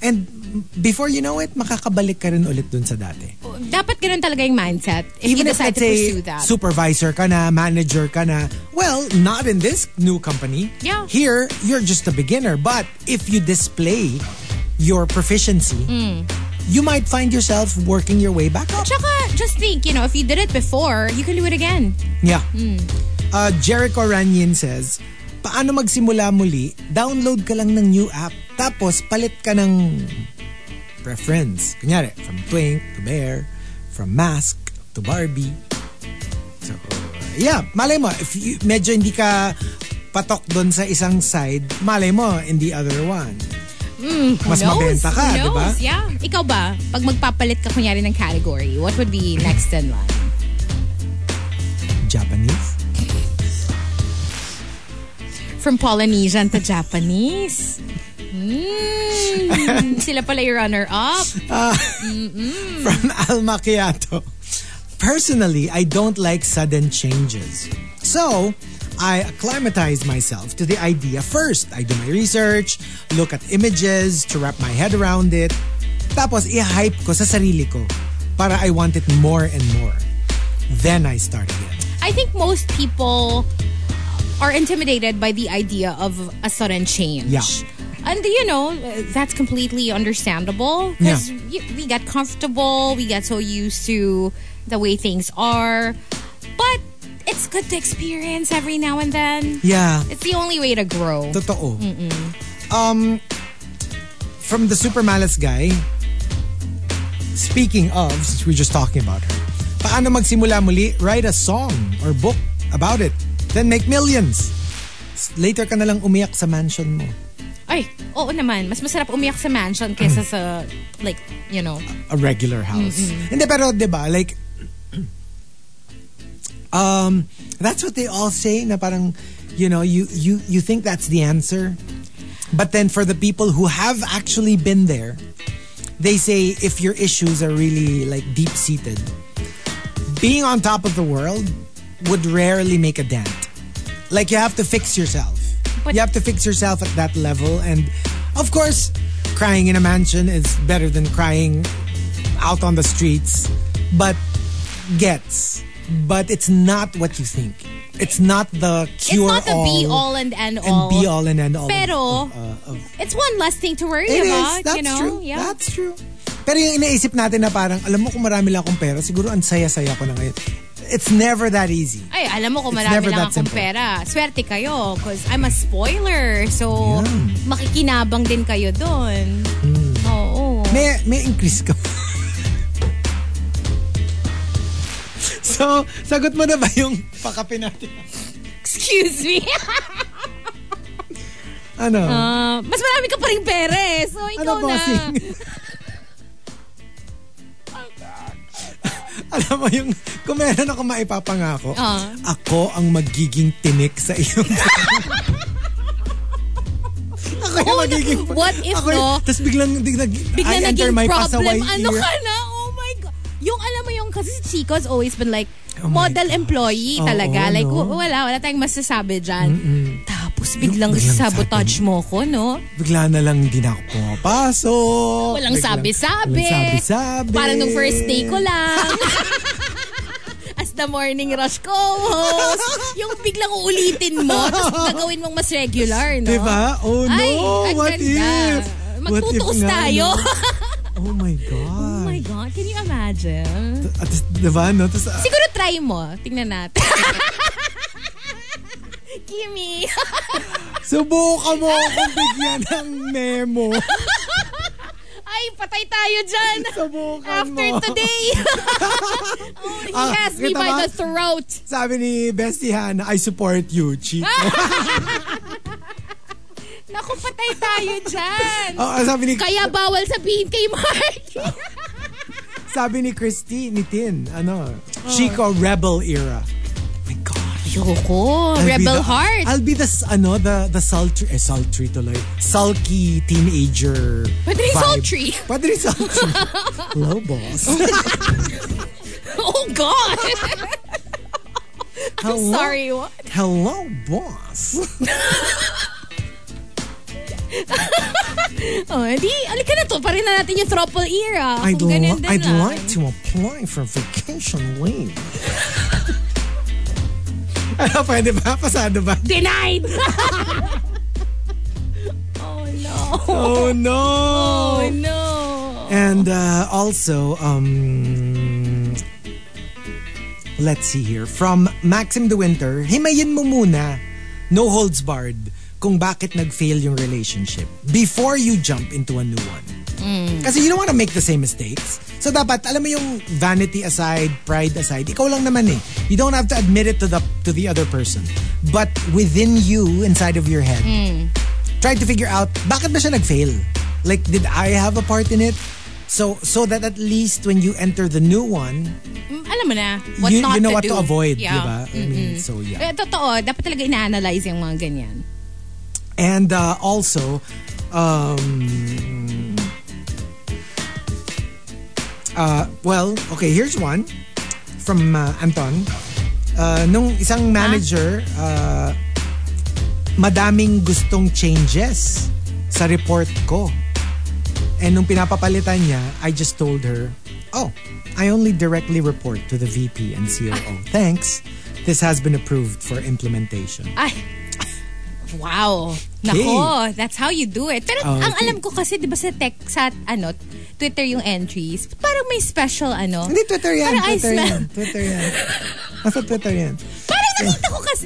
Speaker 4: And before you know it, makakabalik ka rin ulit dun sa dati
Speaker 5: Dapat ganun talaga yung mindset. If you
Speaker 4: even if
Speaker 5: decide
Speaker 4: let's
Speaker 5: to pursue
Speaker 4: say
Speaker 5: that.
Speaker 4: supervisor ka na, manager ka na, well, not in this new company.
Speaker 5: Yeah.
Speaker 4: Here, you're just a beginner. But if you display your proficiency,
Speaker 5: Mm.
Speaker 4: you might find yourself working your way back up.
Speaker 5: Tsaka, just think, you know, if you did it before, you can do it again.
Speaker 4: Yeah.
Speaker 5: Hmm.
Speaker 4: Uh, Jericho Ranyin says, paano magsimula muli? Download ka lang ng new app, tapos palit ka ng preference. Kunyari, from Twink to Bear, from Mask to Barbie. So, uh, yeah, malay mo, if you, medyo hindi ka patok doon sa isang side, malay mo in the other one. Mas
Speaker 5: Hmm, Who knows?
Speaker 4: mabenta ka,
Speaker 5: Who
Speaker 4: di ba?
Speaker 5: knows? Yeah. Ikaw ba, pag magpapalit ka kunyari ng category, what would be next in line?
Speaker 4: Japanese?
Speaker 5: From Polynesian to Japanese? Mm, sila pala yung runner-up.
Speaker 4: from Al Macchiato. Personally, I don't like sudden changes. So, I acclimatize myself to the idea first. I do my research, look at images to wrap my head around it. Tapos, i-hype ko sa sarili ko para I want it more and more. Then I start again.
Speaker 5: I think most people are intimidated by the idea of a sudden change.
Speaker 4: Yeah.
Speaker 5: And you know, uh, that's completely understandable because we got comfortable, we got so used to the way things are. But it's good to experience every now and then.
Speaker 4: Yeah.
Speaker 5: It's the only way to grow.
Speaker 4: Totoo. Um, from the Super Malice guy, speaking of, since we we're just talking about her, paano magsimula muli? Write a song or book about it. Then make millions. S- Later ka na lang umiyak sa mansion mo.
Speaker 5: Ay, oo naman. Mas masarap umiyak sa mansion kaysa
Speaker 4: Mm.
Speaker 5: sa, like, you know.
Speaker 4: A regular house. Hindi, pero di ba, like, um, that's what they all say na parang, you know, you, you, you think that's the answer. But then for the people who have actually been there, they say if your issues are really like deep seated, being on top of the world would rarely make a dent. Like you have to fix yourself.
Speaker 5: But-
Speaker 4: you have to fix yourself at that level and of course crying in a mansion is better than crying out on the streets, but gets. But it's not what you think. It's not the
Speaker 5: It's
Speaker 4: cure
Speaker 5: not the
Speaker 4: all
Speaker 5: be all and end
Speaker 4: and
Speaker 5: all.
Speaker 4: be all and end all.
Speaker 5: Pero,
Speaker 4: of, uh, of
Speaker 5: it's one less thing to worry
Speaker 4: It is.
Speaker 5: about,
Speaker 4: That's
Speaker 5: you know?
Speaker 4: true.
Speaker 5: Yeah.
Speaker 4: That's true. Pero yung inaisip natin na parang, alam mo kung marami lang akong pera, siguro ang saya-saya ko na ngayon. It's never that easy.
Speaker 5: Ay, alam mo kung
Speaker 4: It's
Speaker 5: marami
Speaker 4: never
Speaker 5: lang
Speaker 4: that
Speaker 5: akong
Speaker 4: simple.
Speaker 5: pera. Swerte kayo, because I'm a spoiler. So, makikinabang din kayo doon. Oo.
Speaker 4: Hmm. May, may increase ka. so, sagot mo na ba yung pakape natin?
Speaker 5: Excuse me.
Speaker 4: Ano?
Speaker 5: Ah, mas marami ka pa rin pera eh. So,
Speaker 4: ano,
Speaker 5: ikaw na.
Speaker 4: bossing? Alam mo yung, kung meron ako maipapangako,
Speaker 5: Ah.
Speaker 4: ako ang magiging tinik sa iyong... ako yung magiging...
Speaker 5: Oh, What if,
Speaker 4: Ako
Speaker 5: no?
Speaker 4: yung- Tapos biglang, biglang,
Speaker 5: Bigla
Speaker 4: I enter
Speaker 5: naging
Speaker 4: my
Speaker 5: problem.
Speaker 4: pasaway
Speaker 5: Ano
Speaker 4: ear.
Speaker 5: ka na? Oh my God. Yung alam mo yung, kasi si Chico's always been like,
Speaker 4: Oh my
Speaker 5: model employee
Speaker 4: Oo,
Speaker 5: talaga. like,
Speaker 4: no?
Speaker 5: w- wala, wala tayong masasabi dyan. Tapos biglang
Speaker 4: biglang
Speaker 5: sabotage mo ko, no?
Speaker 4: Bigla na lang hindi na ako pumapasok.
Speaker 5: Walang
Speaker 4: Biglang-
Speaker 5: sabi-sabi.
Speaker 4: Walang sabi-sabi.
Speaker 5: Parang nung first day ko lang. As the morning rush co-host. Yung biglang uulitin mo, tapos gagawin mong mas regular, no?
Speaker 4: Diba? Oh no,
Speaker 5: Ay, ang
Speaker 4: what
Speaker 5: ganda.
Speaker 4: if? What if
Speaker 5: Magtutuos
Speaker 4: nga,
Speaker 5: tayo.
Speaker 4: no? Oh my God.
Speaker 5: oh my God, can you imagine?
Speaker 4: At tas, diba, no? Tas, ah,
Speaker 5: Siguro try mo. Tingnan natin. Kimi.
Speaker 4: subukan mo akong bigyan ng memo.
Speaker 5: Ay, patay tayo dyan.
Speaker 4: Subukan
Speaker 5: After
Speaker 4: mo.
Speaker 5: today. oh, he
Speaker 4: Ah,
Speaker 5: has me
Speaker 4: kita
Speaker 5: by
Speaker 4: ba?
Speaker 5: the throat.
Speaker 4: Sabi ni Bestie Hannah, I support you, Chico.
Speaker 5: Naku, patay tayo dyan.
Speaker 4: Ah, sabi ni
Speaker 5: Kaya bawal sabihin kay Mark.
Speaker 4: sabi ni Christy, ni Tin, ano,
Speaker 5: Oh.
Speaker 4: Chico Rebel era. Oh my gosh.
Speaker 5: Yoko,
Speaker 4: I'll be
Speaker 5: rebel
Speaker 4: the-
Speaker 5: heart.
Speaker 4: I'll be the, s- ano, the, the sultry, eh, sultry tuloy. Sulky teenager
Speaker 5: Pwede rin
Speaker 4: vibe.
Speaker 5: sultry.
Speaker 4: Pwede rin sultry. Hello, boss.
Speaker 5: oh, God.
Speaker 4: Hello.
Speaker 5: Sorry, what?
Speaker 4: Hello, boss.
Speaker 5: Oh, di, alika na to. Parin na natin yung throuple era.
Speaker 4: I'd,
Speaker 5: Kung ganun
Speaker 4: li-
Speaker 5: din ah.
Speaker 4: I'd
Speaker 5: lang.
Speaker 4: like to apply for vacation leave. ano, pwede ba? Pasado ba?
Speaker 5: Denied! oh, no.
Speaker 4: Oh, no!
Speaker 5: Oh, no.
Speaker 4: And uh, also, um, let's see here. From Maxim De Winter, himayin mo muna, no holds barred, kung bakit nag-fail yung relationship before you jump into a new one. Kasi you don't want to make the same mistakes. So dapat, alam mo yung vanity aside, pride aside, ikaw lang naman eh. You don't have to admit it to the to the other person. But within you, inside of your head, tried to figure out bakit ba siya nag-fail? Like did I have a part in it? So so that at least when you enter the new one,
Speaker 5: Mm, Alam mo na, what
Speaker 4: you,
Speaker 5: not
Speaker 4: you know
Speaker 5: to
Speaker 4: what
Speaker 5: do.
Speaker 4: to avoid, diba?
Speaker 5: Yeah.
Speaker 4: di ba? I mean, so yeah.
Speaker 5: Eh, totoo, dapat talaga ina-analyze yung mga ganyan.
Speaker 4: And uh, also um uh well, okay, here's one from uh, Anton. Uh, nung isang manager, uh, madaming gustong changes sa report ko. And nung pinapapalitan niya, I just told her, Oh, I only directly report to the VP and COO. Thanks. This has been approved for implementation.
Speaker 5: Ay, wow. Nako, that's how you do it. Pero
Speaker 4: Oh,
Speaker 5: ang
Speaker 4: okay.
Speaker 5: alam ko kasi, di ba sa tech, sa ano, Twitter yung entries, parang may special ano.
Speaker 4: Hindi, Twitter yan.
Speaker 5: Parang I
Speaker 4: Twitter
Speaker 5: smell-
Speaker 4: yan. Twitter yan. Nasa Twitter yan.
Speaker 5: Parang nakita ko kasi,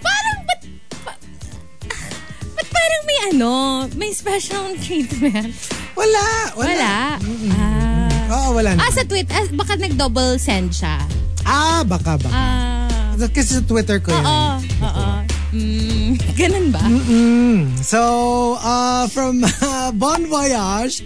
Speaker 5: parang ba't, ba- ba't parang may ano, may special treatment?
Speaker 4: Wala. Wala.
Speaker 5: Wala. Ah.
Speaker 4: Oo, wala na.
Speaker 5: Ah, sa tweet, ah, baka nag-double send siya.
Speaker 4: Ah, baka, baka.
Speaker 5: Ah.
Speaker 4: Kasi sa Twitter ko yan.
Speaker 5: Oo. Oo. Mm, ganun ba?
Speaker 4: So, uh, from uh, Bon Voyage,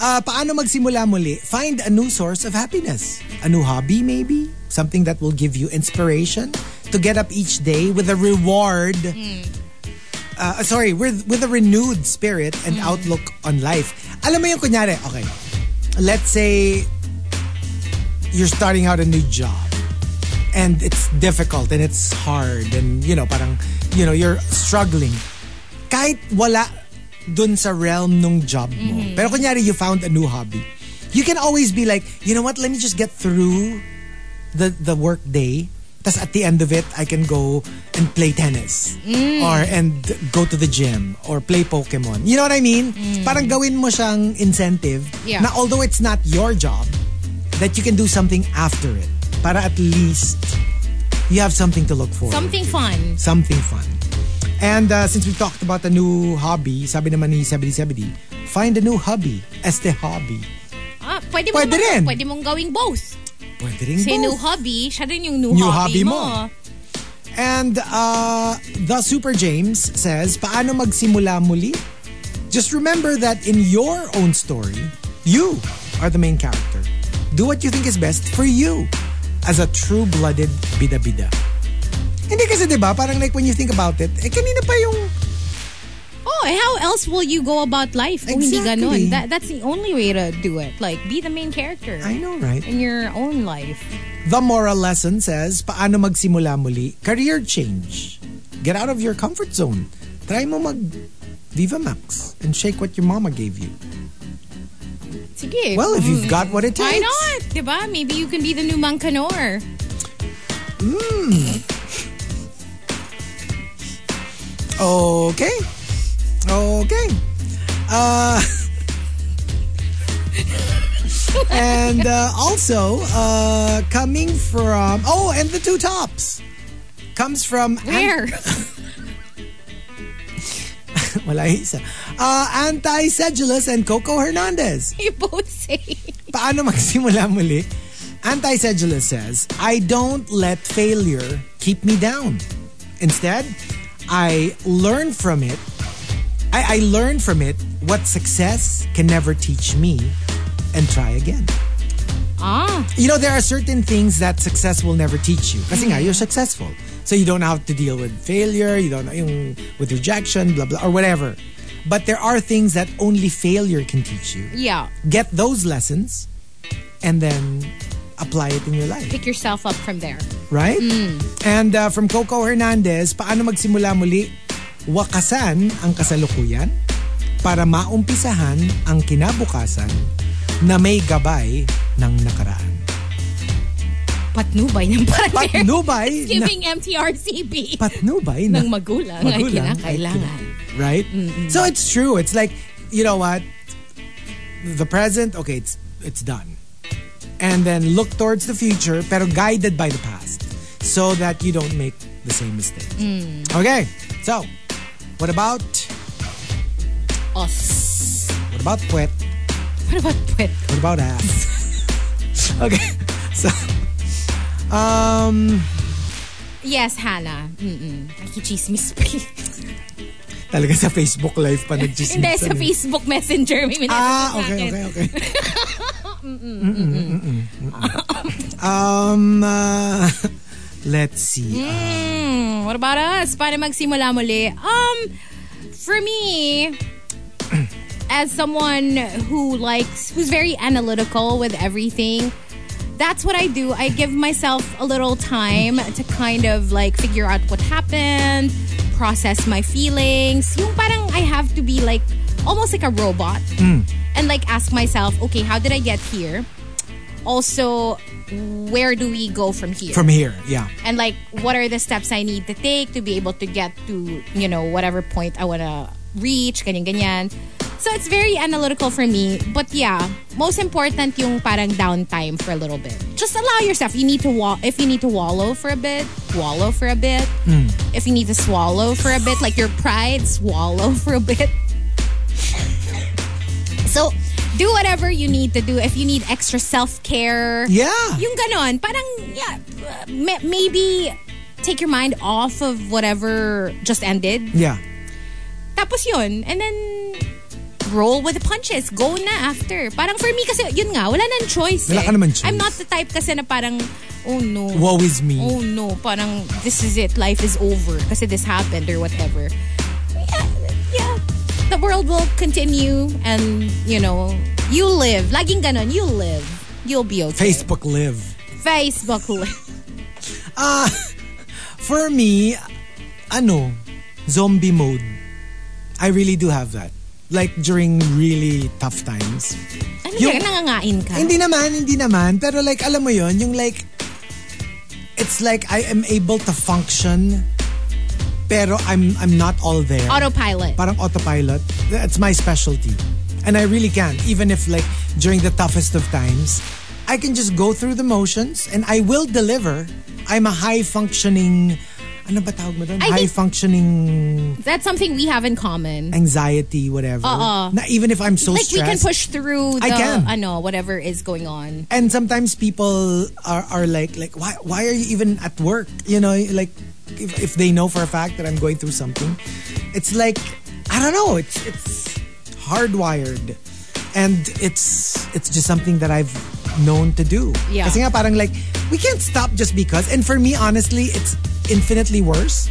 Speaker 4: uh, paano magsimula muli? Find a new source of happiness. A new hobby, maybe? Something that will give you inspiration to get up each day with a reward. Uh, sorry, with, with a renewed spirit and outlook on life. Alam mo yung kunyari, okay, let's say you're starting out a new job and it's difficult and it's hard and you know parang you know you're struggling kahit wala dun sa realm nung job mo. Pero kunyari, you found a new hobby. You can always be like, you know what, let me just get through the, the work day. Tapos at the end of it, I can go and play tennis. Or and go to the gym. Or play Pokemon. You know what I mean? Parang gawin mo siyang incentive
Speaker 5: Yeah.
Speaker 4: na although it's not your job, that you can do something after it. Para at least you have something to look for
Speaker 5: Something fun.
Speaker 4: something fun. And uh, since we talked about the new hobby, sabi naman ni 7070, find a new hobby. Este hobby.
Speaker 5: Ah, pwede,
Speaker 4: Pwede
Speaker 5: mo, naman-
Speaker 4: rin.
Speaker 5: Pwede mong gawing both.
Speaker 4: Pwede rin
Speaker 5: Kasi new
Speaker 4: both.
Speaker 5: hobby, siya rin yung new,
Speaker 4: New
Speaker 5: hobby,
Speaker 4: hobby mo. And uh, the Super James says, paano magsimula muli? Just remember that in your own story, you are the main character. Do what you think is best for you as a true-blooded bida-bida. Hindi kasi 'di ba parang like when you think about it, eh kanina pa yung
Speaker 5: Oh, eh, how else will you go about life kung hindi
Speaker 4: Exactly.
Speaker 5: ganun? That, that's the only way to do it. Like, be the main character
Speaker 4: I know right?
Speaker 5: in your own life.
Speaker 4: The moral lesson says, paano magsimula muli? Career change. Get out of your comfort zone. Try mo mag Viva Max and shake what your mama gave you.
Speaker 5: Sige. Hmm.
Speaker 4: Well, if you've got what it takes.
Speaker 5: Why not? Diba? Maybe you can be the new Mancanor.
Speaker 4: Okay. Okay. Uh, and uh, also, uh, coming from. Oh, and the two tops. Comes from.
Speaker 5: Where?
Speaker 4: Wala isa. Uh, Anti Sedulous and Coco Hernandez.
Speaker 5: you both say.
Speaker 4: paano magsimula muli? Anti-Sedulous says, I don't let failure keep me down. Instead, I learn from it. I, I learn from it what success can never teach me and try again.
Speaker 5: Ah,
Speaker 4: You know, there are certain things that success will never teach you. Kasi nga, you're successful. So you don't have to deal with failure, you don't yung, with rejection, blah, blah, or whatever. But there are things that only failure can teach you
Speaker 5: yeah.
Speaker 4: get those lessons and then apply it in your life,
Speaker 5: Pick yourself up from there.
Speaker 4: right?
Speaker 5: Mm.
Speaker 4: And uh, from Coco Hernandez, paano magsimula muli? Wakasan ang kasalukuyan para maumpisahan ang kinabukasan na may gabay ng nakaraan.
Speaker 5: Patnubay ng parang
Speaker 4: Patnubay na,
Speaker 5: Giving MTRCB
Speaker 4: patnubay na
Speaker 5: ng magulang, Mm, ay
Speaker 4: Magulang ay
Speaker 5: kinakailangan.
Speaker 4: right? So it's true. It's like, you know what? The present, okay, it's it's done. And then look towards the future, pero guided by the past, so that you don't make the same mistake.
Speaker 5: Mm.
Speaker 4: Okay, so what about
Speaker 5: Oh, Os.
Speaker 4: what about puwet?
Speaker 5: What about Ano pwet?
Speaker 4: What about ass? okay, so um,
Speaker 5: Yes, Hannah. Mm-mm. Nakichismis pa.
Speaker 4: talaga sa Facebook Live pa nagchismis.
Speaker 5: Hindi, sa Facebook Messenger. May minasas
Speaker 4: Ah,
Speaker 5: sa akin.
Speaker 4: okay, okay, okay. um, uh, let's see. uh,
Speaker 5: Hmm, what about us? Paano magsimula muli? Um, for me, as someone who likes, who's very analytical with everything, that's what I do. I give myself a little time to kind of like figure out what happened, process my feelings. Yung parang I have to be like almost like a robot and like ask myself, okay, how did I get here? Also, where do we go from here?
Speaker 4: From here, yeah.
Speaker 5: and like what are the steps I need to take to be able to get to you know whatever point I wanna reach ganyan ganyan so it's very analytical for me but yeah most important yung parang downtime for a little bit just allow yourself you need to walk if you need to wallow for a bit wallow for a bit if you need to swallow for a bit like your pride swallow for a bit so do whatever you need to do if you need extra self-care
Speaker 4: Yeah.
Speaker 5: yung ganon, parang, yeah, ma- maybe take your mind off of whatever just ended.
Speaker 4: Yeah.
Speaker 5: Tapos yun, and then roll with the punches. Go na after. Parang for me kasi, yun nga, wala nang choice
Speaker 4: Wala
Speaker 5: eh.
Speaker 4: ka naman choice.
Speaker 5: I'm not the type kasi na parang, oh no.
Speaker 4: Woe is me.
Speaker 5: Oh no, parang this is it. Life is over kasi this happened or whatever. Yeah, yeah. The world will continue and, you know, you live. Laging ganon, you live. You'll be okay.
Speaker 4: Facebook Live.
Speaker 5: Facebook live.
Speaker 4: For me, ano, zombie mode. I really do have that. Like during really tough times.
Speaker 5: Ano yun?
Speaker 4: Yung-
Speaker 5: Nangangain ka?
Speaker 4: Hindi naman, hindi naman. Pero like, alam mo yon yung like, it's like I am able to function, pero I'm I'm not all there.
Speaker 5: Autopilot.
Speaker 4: Parang autopilot. That's my specialty. And I really can. Even if like, during the toughest of times, I can just go through the motions and I will deliver. I'm a high functioning, ano ba tawag mo doon?
Speaker 5: I
Speaker 4: High
Speaker 5: think-
Speaker 4: functioning
Speaker 5: That's something we have in common.
Speaker 4: anxiety, whatever.
Speaker 5: Oo.
Speaker 4: Na even if I'm so
Speaker 5: Uh-uh. like we can
Speaker 4: stressed.
Speaker 5: push through the
Speaker 4: I can.
Speaker 5: ano whatever is going on.
Speaker 4: and sometimes people are, are like like why why are you even at work you know like if, if they know for a fact that i'm going through something it's like i don't know it's it's hardwired and it's it's just something that i've known to do
Speaker 5: Yeah.
Speaker 4: Kasi nga parang like we can't stop just because and for me honestly it's infinitely worse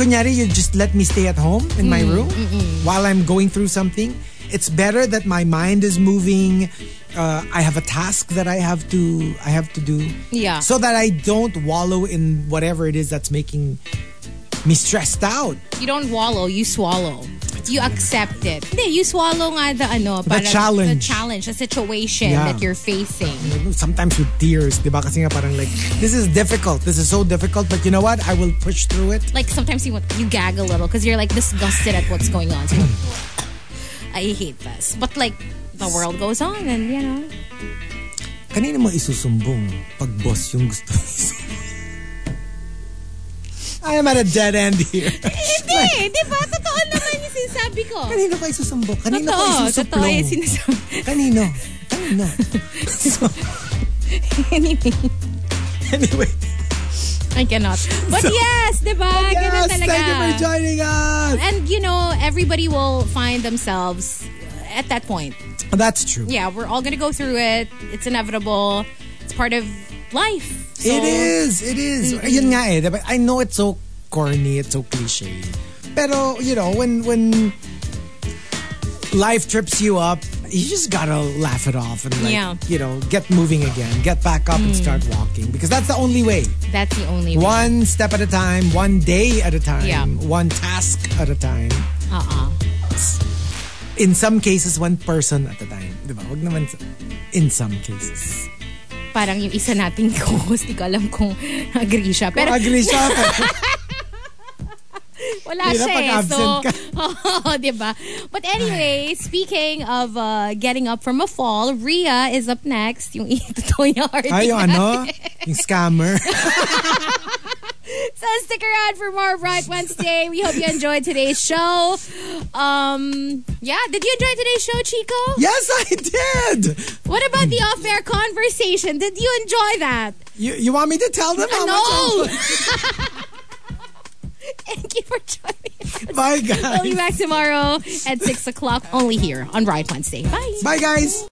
Speaker 4: kunyari you just let me stay at home in my room while I'm going through something. It's better that my mind is moving. Uh, I have a task that I have to I have to do.
Speaker 5: Yeah.
Speaker 4: So that I don't wallow in whatever it is that's making me stressed out.
Speaker 5: You don't wallow, you swallow. You accept it. Hindi, you swallow nga the ano, parang- the
Speaker 4: challenge.
Speaker 5: challenge, the situation
Speaker 4: Yeah.
Speaker 5: that you're facing.
Speaker 4: Sometimes with tears, diba? Kasi nga parang like this is difficult. This is so difficult, but you know what? I will push through it.
Speaker 5: Like sometimes you want, you gag a little because you're like disgusted at what's going on. So, I hate this, but like the world goes on, and you know.
Speaker 4: Kanina mo isusumbong pag boss yung gusto mo isumbong? I am at a dead end here.
Speaker 5: Hindi, di ba? Totoo naman yung sinasabi ko.
Speaker 4: Kanino ko isusumbong? Kanino ko
Speaker 5: Totoo, totoo
Speaker 4: isusuplong?
Speaker 5: yung sinasabi.
Speaker 4: Kanino? Kanino? so, anyway.
Speaker 5: I cannot. But yes, di ba? Ganun
Speaker 4: Yes,
Speaker 5: talaga.
Speaker 4: thank you for joining us.
Speaker 5: And you know, everybody will find themselves at that point.
Speaker 4: That's true.
Speaker 5: Yeah, we're all gonna go through it. It's inevitable. It's part of life. So,
Speaker 4: It is, it is. Yun nga eh, diba? I know it's so corny, it's so cliche. Pero, you know, when when life trips you up, you just gotta laugh it off and like,
Speaker 5: Yeah. Mm.
Speaker 4: you know, get moving again, get back up and start walking because that's the only way.
Speaker 5: That's the only way.
Speaker 4: One step at a time, one day at a time,
Speaker 5: Yeah.
Speaker 4: one task at a time.
Speaker 5: Uh uh
Speaker 4: In some cases, one person at a time. Di ba? Wag naman sa- in some cases.
Speaker 5: Parang yung isa nating co-host, di ko alam kung agree siya. Pero
Speaker 4: Agree siya.
Speaker 5: wala
Speaker 4: Hirap
Speaker 5: siya eh.
Speaker 4: pag
Speaker 5: So,
Speaker 4: absent ka.
Speaker 5: oo, di ba? But anyway, speaking of uh, getting up from a fall, Rhea is up next. Yung ito niya
Speaker 4: Ay, oh. yung ano? Yung scammer.
Speaker 5: So stick around for more Bright Wednesday. We hope you enjoyed today's show. Um, yeah, did you enjoy today's show, Chico?
Speaker 4: yes, I did!
Speaker 5: What about the off-air conversation? Did you enjoy that?
Speaker 4: You, you want me to tell them how
Speaker 5: No.
Speaker 4: much?
Speaker 5: Thank you for joining.
Speaker 4: Bye,
Speaker 5: We'll be back
Speaker 4: guys.
Speaker 5: tomorrow at six o'clock, only here on Ride Wednesday. Bye.
Speaker 4: Bye, guys.